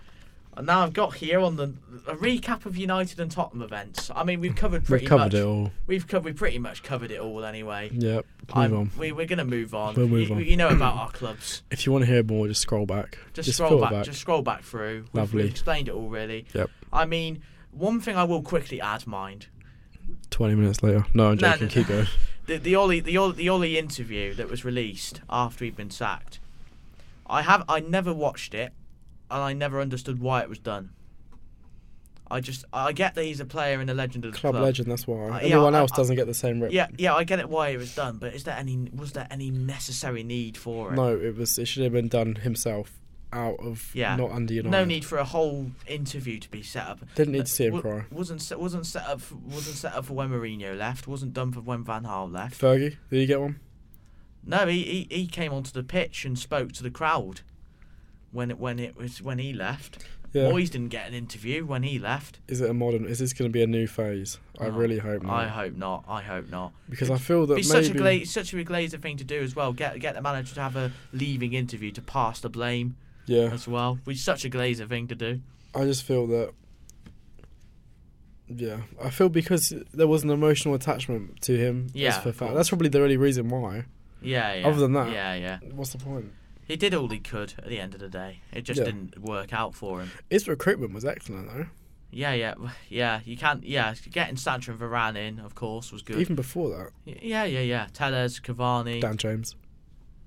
And now I've got here on the a recap of United and Tottenham events. I mean, we've covered pretty
We've covered
much.
it all.
We've co- we pretty much covered it all anyway.
Yep. Move
I'm-
on.
We, we're gonna move on.
We'll move
you,
on.
you know about our clubs.
If you want to hear more, just scroll back.
Just,
feel
scroll back, Just scroll back through. We've,
Lovely.
we've explained it all really.
Yep.
I mean, one thing I will quickly add, mind.
Twenty minutes later. No, I'm
No,
joking.
no,
Keep
no.
going.
the the Ollie the Ollie, the Ollie interview that was released after he'd been sacked. I have I never watched it, and I never understood why it was done. I just I get that he's a player and a legend of the
Club
club.
legend. That's why
Uh, yeah,
everyone
I-
else
I-
doesn't get the same rep.
Yeah, yeah, I get it why it was done, but is there any was there any necessary need for it?
No, it was. It should have been done himself, out of
Yeah.
not under United.
No need for a whole interview to be set up.
Didn't need to see him
Wa-
cry.
Wasn't se- wasn't set up for, wasn't set up for when Mourinho left. Wasn't done for when Van Gaal left.
Fergie, did you get one?
No, he, he he came onto the pitch and spoke to the crowd when it when it was when he left.
Yeah.
Moyes didn't get an interview when he left.
Is it a modern? Is this going to be a new phase?
No.
I really hope not.
I hope not. I hope not.
because I feel that
It'd be
maybe
such a gla- such a glazer thing to do as well. Get get the manager to have a leaving interview to pass the blame
yeah,
as well. Which is such a glazer thing to do.
I just feel that yeah, I feel because there was an emotional attachment to him. that's
Yeah,
for a
of
fact.
course.
that's probably the only reason why.
Yeah, yeah.
Other than that-
yeah, yeah.
What's the point?
He did all he could at the end of the day. It just
Yeah.
didn't work out for him.
His recruitment was excellent though.
Yeah, yeah, yeah. You can't. Yeah, getting Sancho and Varane in, of course, was good.
Even before that,
Y- Yeah, yeah, yeah. Tellez, Cavani.
Dan James,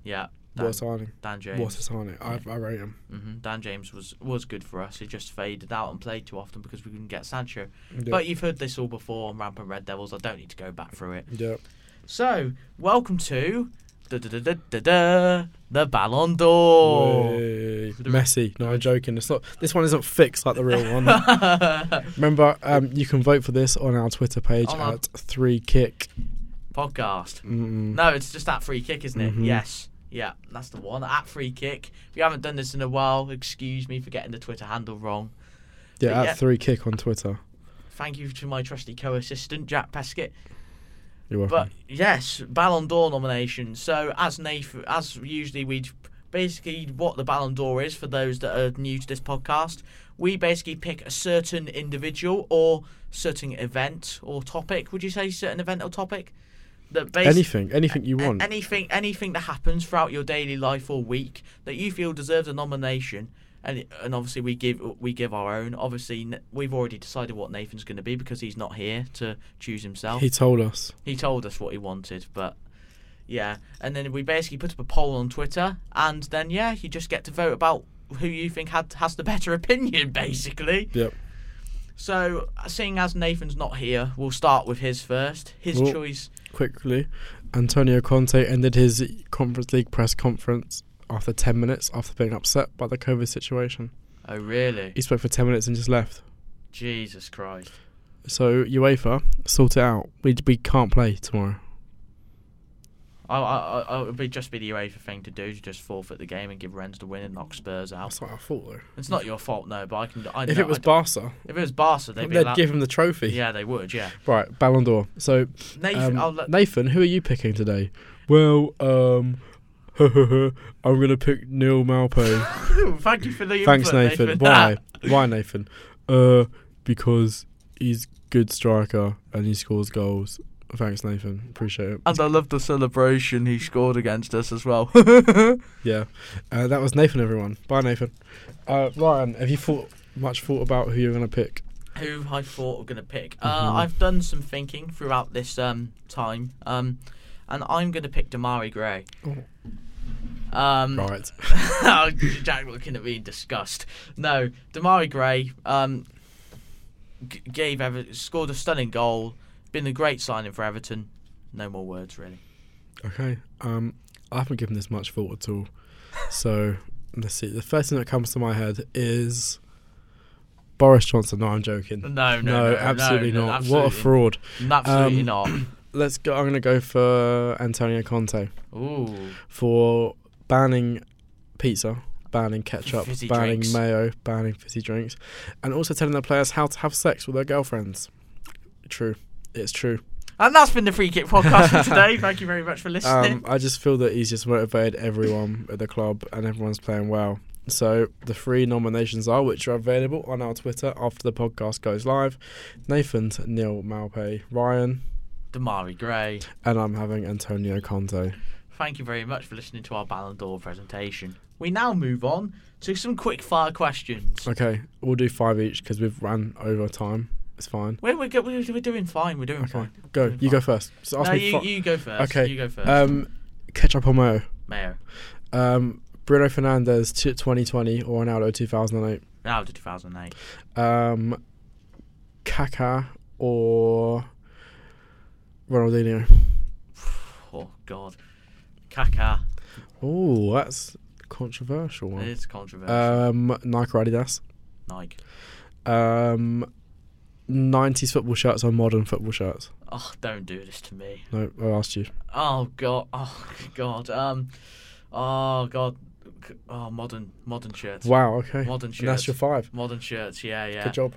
Yeah. Dan,
what a signing!
Dan James.
What a signing! I, I rate him.
hmm Dan James was was good for us. He just faded out and played too often because we couldn't get Sancho.
Yeah.
But you've heard this all before on Rampant Red Devils. I don't need to go back through it.
yeah.
So, welcome to da da da da da da the Ballon d'Or.
Way. Messi. No, I'm joking. It's not. This one isn't fixed like the real one. Remember, um, you can vote for this on our Twitter page
On our-
at Three Kick.
Podcast.
Mm-mm.
No, it's just at free kick, isn't it?
Mhm.
Yes. Yeah, that's the one. At free kick. If you haven't done this in a while, excuse me for getting the Twitter handle wrong.
yeah, at
yeah.
Three Kick on Twitter.
Thank you to my trusty co-assistant Jack Peskett.
You're
But
welcome.
yes, Ballon d'Or nomination. So as Nathan, as usually we'd basically what the Ballon d'Or is for those that are new to this podcast, we basically pick a certain individual or certain event or topic. Would you say certain event or topic? That basically
anything, anything you
A-
want.
Anything, anything that happens throughout your daily life or week that you feel deserves a nomination, and and obviously we give we give our own. Obviously, N- we've already decided what Nathan's going to be because he's not here to choose himself.
he
He,
told us.
told us what he wanted, but yeah. And then we basically put up a poll on Twitter, and then yeah, you just get to vote about who you think had has the better opinion, basically.
Yep.
So, seeing as Nathan's not here, we'll start with his first. His
Well,
choice.
Quickly, Antonio Conte ended his Conference League press conference after 10 minutes after being upset by the COVID situation.
Oh really?
He spoke for 10 minutes and just left.
Jesus Christ.
So UEFA, sort it out. We we can't play tomorrow.
I, I, I, it would just be the UEFA thing to do to just forfeit the game and give Rennes the win and knock Spurs out.
That's what I thought though.
It's not your fault, no, but I can. I
If
know-
it was
I-
Barca,
if it was Barca, they'd
they'd,
be allowed,
give him the trophy.
Yeah, they would. Yeah,
Right, Ballon d'Or. So
Nathan.
um,
I'll let,
Nathan, who are you picking today? Well, um, I'm gonna pick Neil Malpo.
thank you for the
Thanks,
input,
Nathan. Why? Why, Nathan? Uh, because he's good striker and he scores goals. Thanks, Nathan. Appreciate it.
Ah, And I love the celebration he scored against us as well.
Yeah, uh, that was Nathan. Everyone, bye, Nathan. Uh, Ryan, have you thought much thought about who you're gonna pick?
who I thought were going to pick. Uh,
Mhm.
I've done some thinking throughout this um, time, um, and I'm going to pick Damari Gray.
Oh.
Um,
Right.
Oh, Jack looking at me in disgust. No, Damari Gray um, g- gave Ever- scored a stunning goal. Been a great signing for Everton. No more words really.
Okay. Um, I haven't given this much thought at all. So let's see. The first thing that comes to my head is Boris Johnson. No, I'm joking.
No, no,
no,
no, no,
absolutely
no,
not. What a
absolutely-
fraud.
Absolutely
Um,
not.
Let's go. I'm gonna go for Antonio Conte.
Ooh,
for banning pizza, banning ketchup,
Fizzy
banning
drinks.
mayo, banning fizzy drinks, and also telling their players how to have sex with their girlfriends. True. It's true.
and that's been the free kick podcast for today. Thank you very much for listening.
Um, I just feel that he's just motivated everyone at the club and everyone's playing well. So the three nominations are, which are available on our Twitter after the podcast goes live. Nathan's Neil Malpay, Ryan,
Damari Gray.
and I'm having Antonio Conte.
Thank you very much for listening to our Ballon d'Or presentation. We now move on to some quick fire questions.
Okay, we'll do five each because we've ran over time. It's fine.
We're, we're, go- we're, we're doing fine. We're doing
Okay.
fine.
Go.
Doing
You
fine.
go first. So ask
no,
me.
you,
fi-
you go first.
Okay.
You go first.
um, ketchup or mayo?
Mayo.
Um, Bruno Fernandez to 2020 or Ronaldo 2008.
Now to 2008.
Um, Kaká or Ronaldinho.
Oh, God. Kaka.
Oh, that's controversial. One.
It's controversial.
Um, Nike or Adidas.
Nike.
Um, 90s football shirts or modern football shirts?
Oh, don't do this to me.
No, I asked you.
Oh God. Oh God. Um. Oh God. C- Oh, modern modern shirts.
Wow. Okay.
Modern
And that's
shirts.
your five.
modern shirts. Yeah, yeah.
Good job.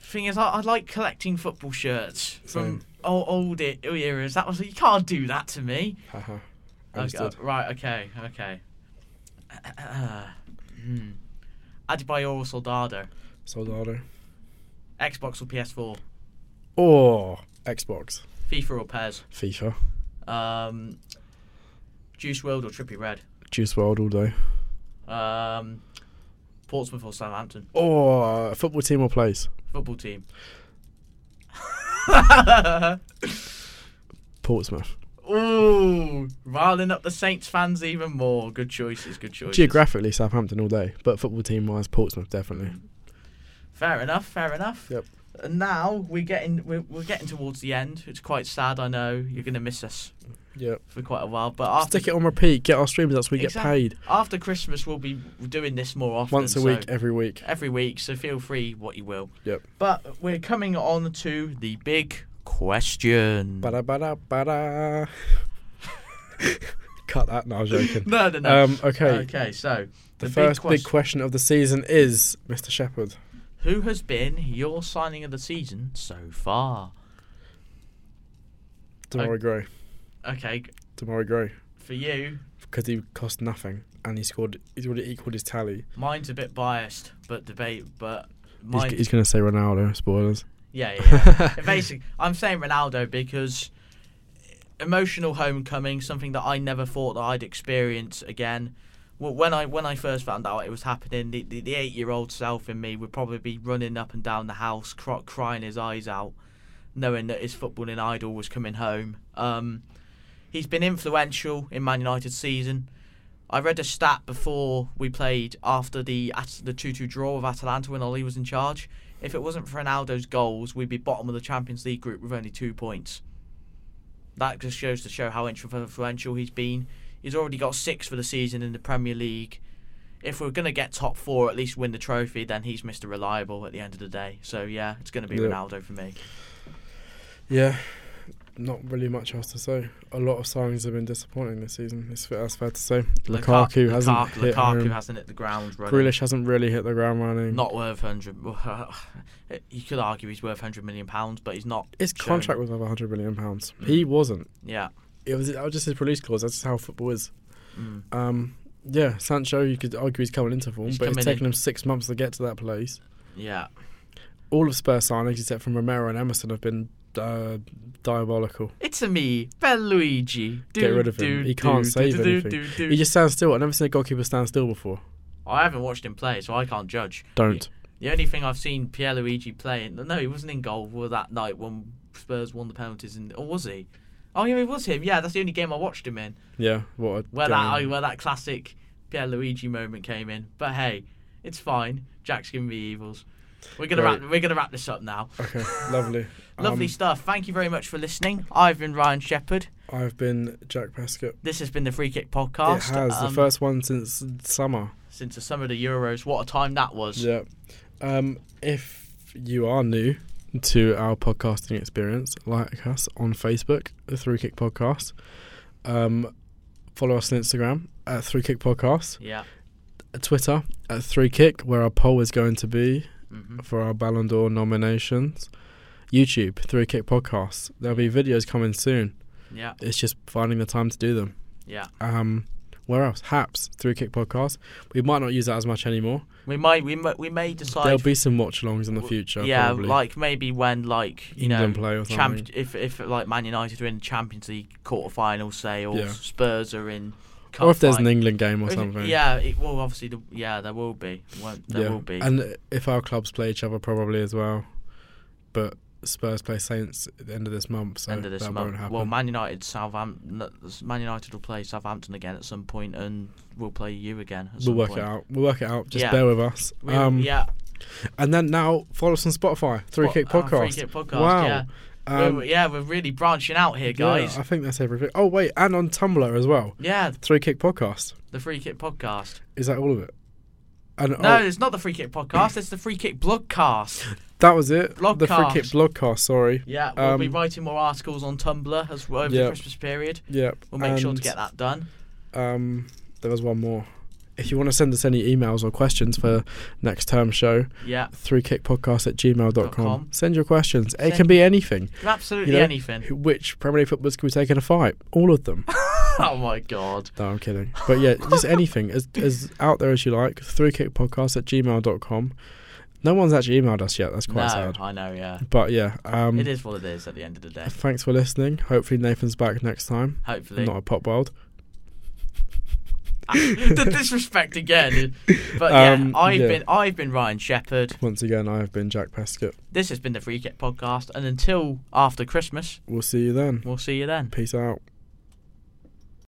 Thing is, I, I like collecting football shirts from
Same.
old, old e- eras. That was you can't do that to me.
Haha.
Okay, uh,
Understood.
right. Okay. Okay. Hmm. Adebayor or Soldado?
Soldado.
Xbox or PS4?
Or Xbox.
FIFA or Pez?
FIFA.
Um, Juice World or Trippy Red?
Juice World all day.
Um, Portsmouth or Southampton?
Or football team or place?
Football team.
Portsmouth.
Ooh, riling up the Saints fans even more. Good choices, good choices.
Geographically, Southampton all day, but football team wise, Portsmouth definitely.
Fair enough, fair enough.
Yep.
And now we're getting we're, we're getting towards the end. It's quite sad, I know. You're gonna miss us
Yep.
for quite a while, but after
Stick it on repeat. Get our streams. That's we
Exactly.
get paid
after Christmas we'll be doing this more often.
once a
so- Mm.
week, every week.
every week. So feel free what you will.
Yep.
But we're coming on to the big question.
Bada bada bada. Cut that. No, I was joking.
no, no, no.
Um, okay.
okay, so
The,
the,
first
big question.
big question of the season is Mr. Shepherd.
Who has been your signing of the season so far?
Tomorrow Gray.
Okay,
Tomorrow Gray.
for you,
Because he cost nothing and he scored. He's already equalled his tally.
mine's a bit biased, but debate, but
He's,
mine,
he's going to say Ronaldo. Spoilers.
yeah, yeah. yeah. Basically, I'm saying Ronaldo because emotional homecoming, something that I never thought that I'd experience again. Well, when I when I first found out it was happening, the, the, the eight year old self in me would probably be running up and down the house, cro- crying his eyes out, knowing that his footballing idol was coming home. Um, he's been influential in Man United season. I read a stat before we played after the At- the two two draw with Atalanta when Oli was in charge. If it wasn't for Ronaldo's goals, we'd be bottom of the Champions League group with only two points. That just shows to show how influential he's been. He's already got six for the season in the Premier League. If we're gonna get top four, at least win the trophy, then he's Mr. Reliable at the end of the day. So yeah, it's gonna be
Yeah.
Ronaldo for me.
Yeah, not really much else to say. A lot of signings have been disappointing this season. It's, that's fair to say. Lukaku,
Lukaku
hasn't
Lukaku,
hit
Lukaku
home.
hasn't hit the ground running.
Grealish hasn't really hit the ground running.
Not worth hundred. you could argue he's worth hundred million pounds, but he's not.
his
shown-
contract was over 100 million pounds.
Hmm.
He wasn't.
Yeah.
It was, that was just his release clause. That's just how football is.
Mm.
Um, yeah, Sancho, you could argue he's coming into form,
He's
but it's
coming
taken
in.
him six months to get to that place.
Yeah.
All of Spurs signings, except from Romero and Emerson, have been uh, diabolical.
It's a me, Luigi.
Get rid of him. He can't save anything. He just stands still. I've never seen a goalkeeper stand still before.
I haven't watched him play, so I can't judge.
Don't.
The only thing I've seen Pierluigi play, no, he wasn't in goal well, that night when Spurs won the penalties, and or was he? Oh yeah, it was him. Yeah, that's the only game I watched him in.
Yeah, what a
where that oh,
game.
where that classic Pierluigi moment came in. But hey, it's fine. Jack's giving me evils. We're gonna
Right.
wrap we're gonna wrap this up now.
Okay, lovely.
Lovely stuff. Thank you very much for listening. I've been Ryan Shepherd.
Um, I've been Jack Pescott.
This has been the Free Kick
It
Podcast.
has the
Um,
first one since summer.
since the summer of the Euros. What a time that was.
Yeah. Um, if you are new to our podcasting experience, like us on Facebook, the Three Kick Podcast. Um, follow us on Instagram at Three Kick Podcast,
Yeah.
Twitter at Three Kick, where our poll is going to be
hmm
for our Ballon d'Or nominations. YouTube Three Kick Podcast. There'll be videos coming soon.
Yeah.
It's just finding the time to do them.
Yeah.
um where else haps through kick podcast we might not use that as much anymore
We might we may, we may decide.
there'll be some watch alongs in the future
yeah,
probably.
like maybe when like you
England
know.
play or something
Champ- if if like Man United are in the Champions League quarterfinals, say, or
Yeah.
Spurs are in, cup
or if there's an
final.
england game or
Is it-
something
Yeah, it, well, obviously, the, yeah, there will be. Won't, there will be.
and if our clubs play each other probably as well but Spurs play Saints at the end of this month, so
end of this
that
month.
won't happen.
Well, Man United, Southampton, Man United will play Southampton again at some point, and we'll play you again. At
we'll
some
work
point.
it out. We'll work it out. Just
Yeah.
bear with us.
We-
Um,
yeah,
And then now follow us on Spotify, Three
what-
Kick
our
Podcast.
Free kick podcast.
Wow.
Yeah.
Um,
we're, yeah, we're really branching out here, guys.
Yeah,
Yeah,
I think that's everything. Oh wait, and on Tumblr as well. Three Kick Podcast.
the free kick podcast.
Is that all of it? And
No,
oh,
it's not the free kick podcast. It's the free kick blogcast.
that was it. The Free
Blogcast.
Kick Blogcast. Sorry.
Yeah, we'll be
Um,
writing more articles on Tumblr as well over
Yeah.
the Christmas period.
Yep.
We'll make sure to
and,
get that done.
Um, there was one more. If you want to send us any emails or questions for next term show,
Yeah,
three kick podcast at gmail.com.
com.
Send your questions. it
Send-
can be anything.
absolutely
You know-
anything.
Which Premier League footballers can we take in a fight? All of them.
Oh my god.
No, I'm kidding. But yeah, just anything as as out there as you like. Three kick podcast at gmail.com. No one's actually emailed us yet. That's
no,
quite sad.
I know. Yeah,
But yeah, um,
it is what it is. At the end of the day,
thanks for listening. Hopefully Nathan's back next time.
hopefully.
Not a pop world.
the disrespect again. But yeah,
Um,
I've
yeah.
been I've been Ryan Shepherd.
Once again, I have been Jack Pescott.
This has been the Free Kick Podcast, and until after Christmas,
We'll see you then.
we'll see you then.
Peace out.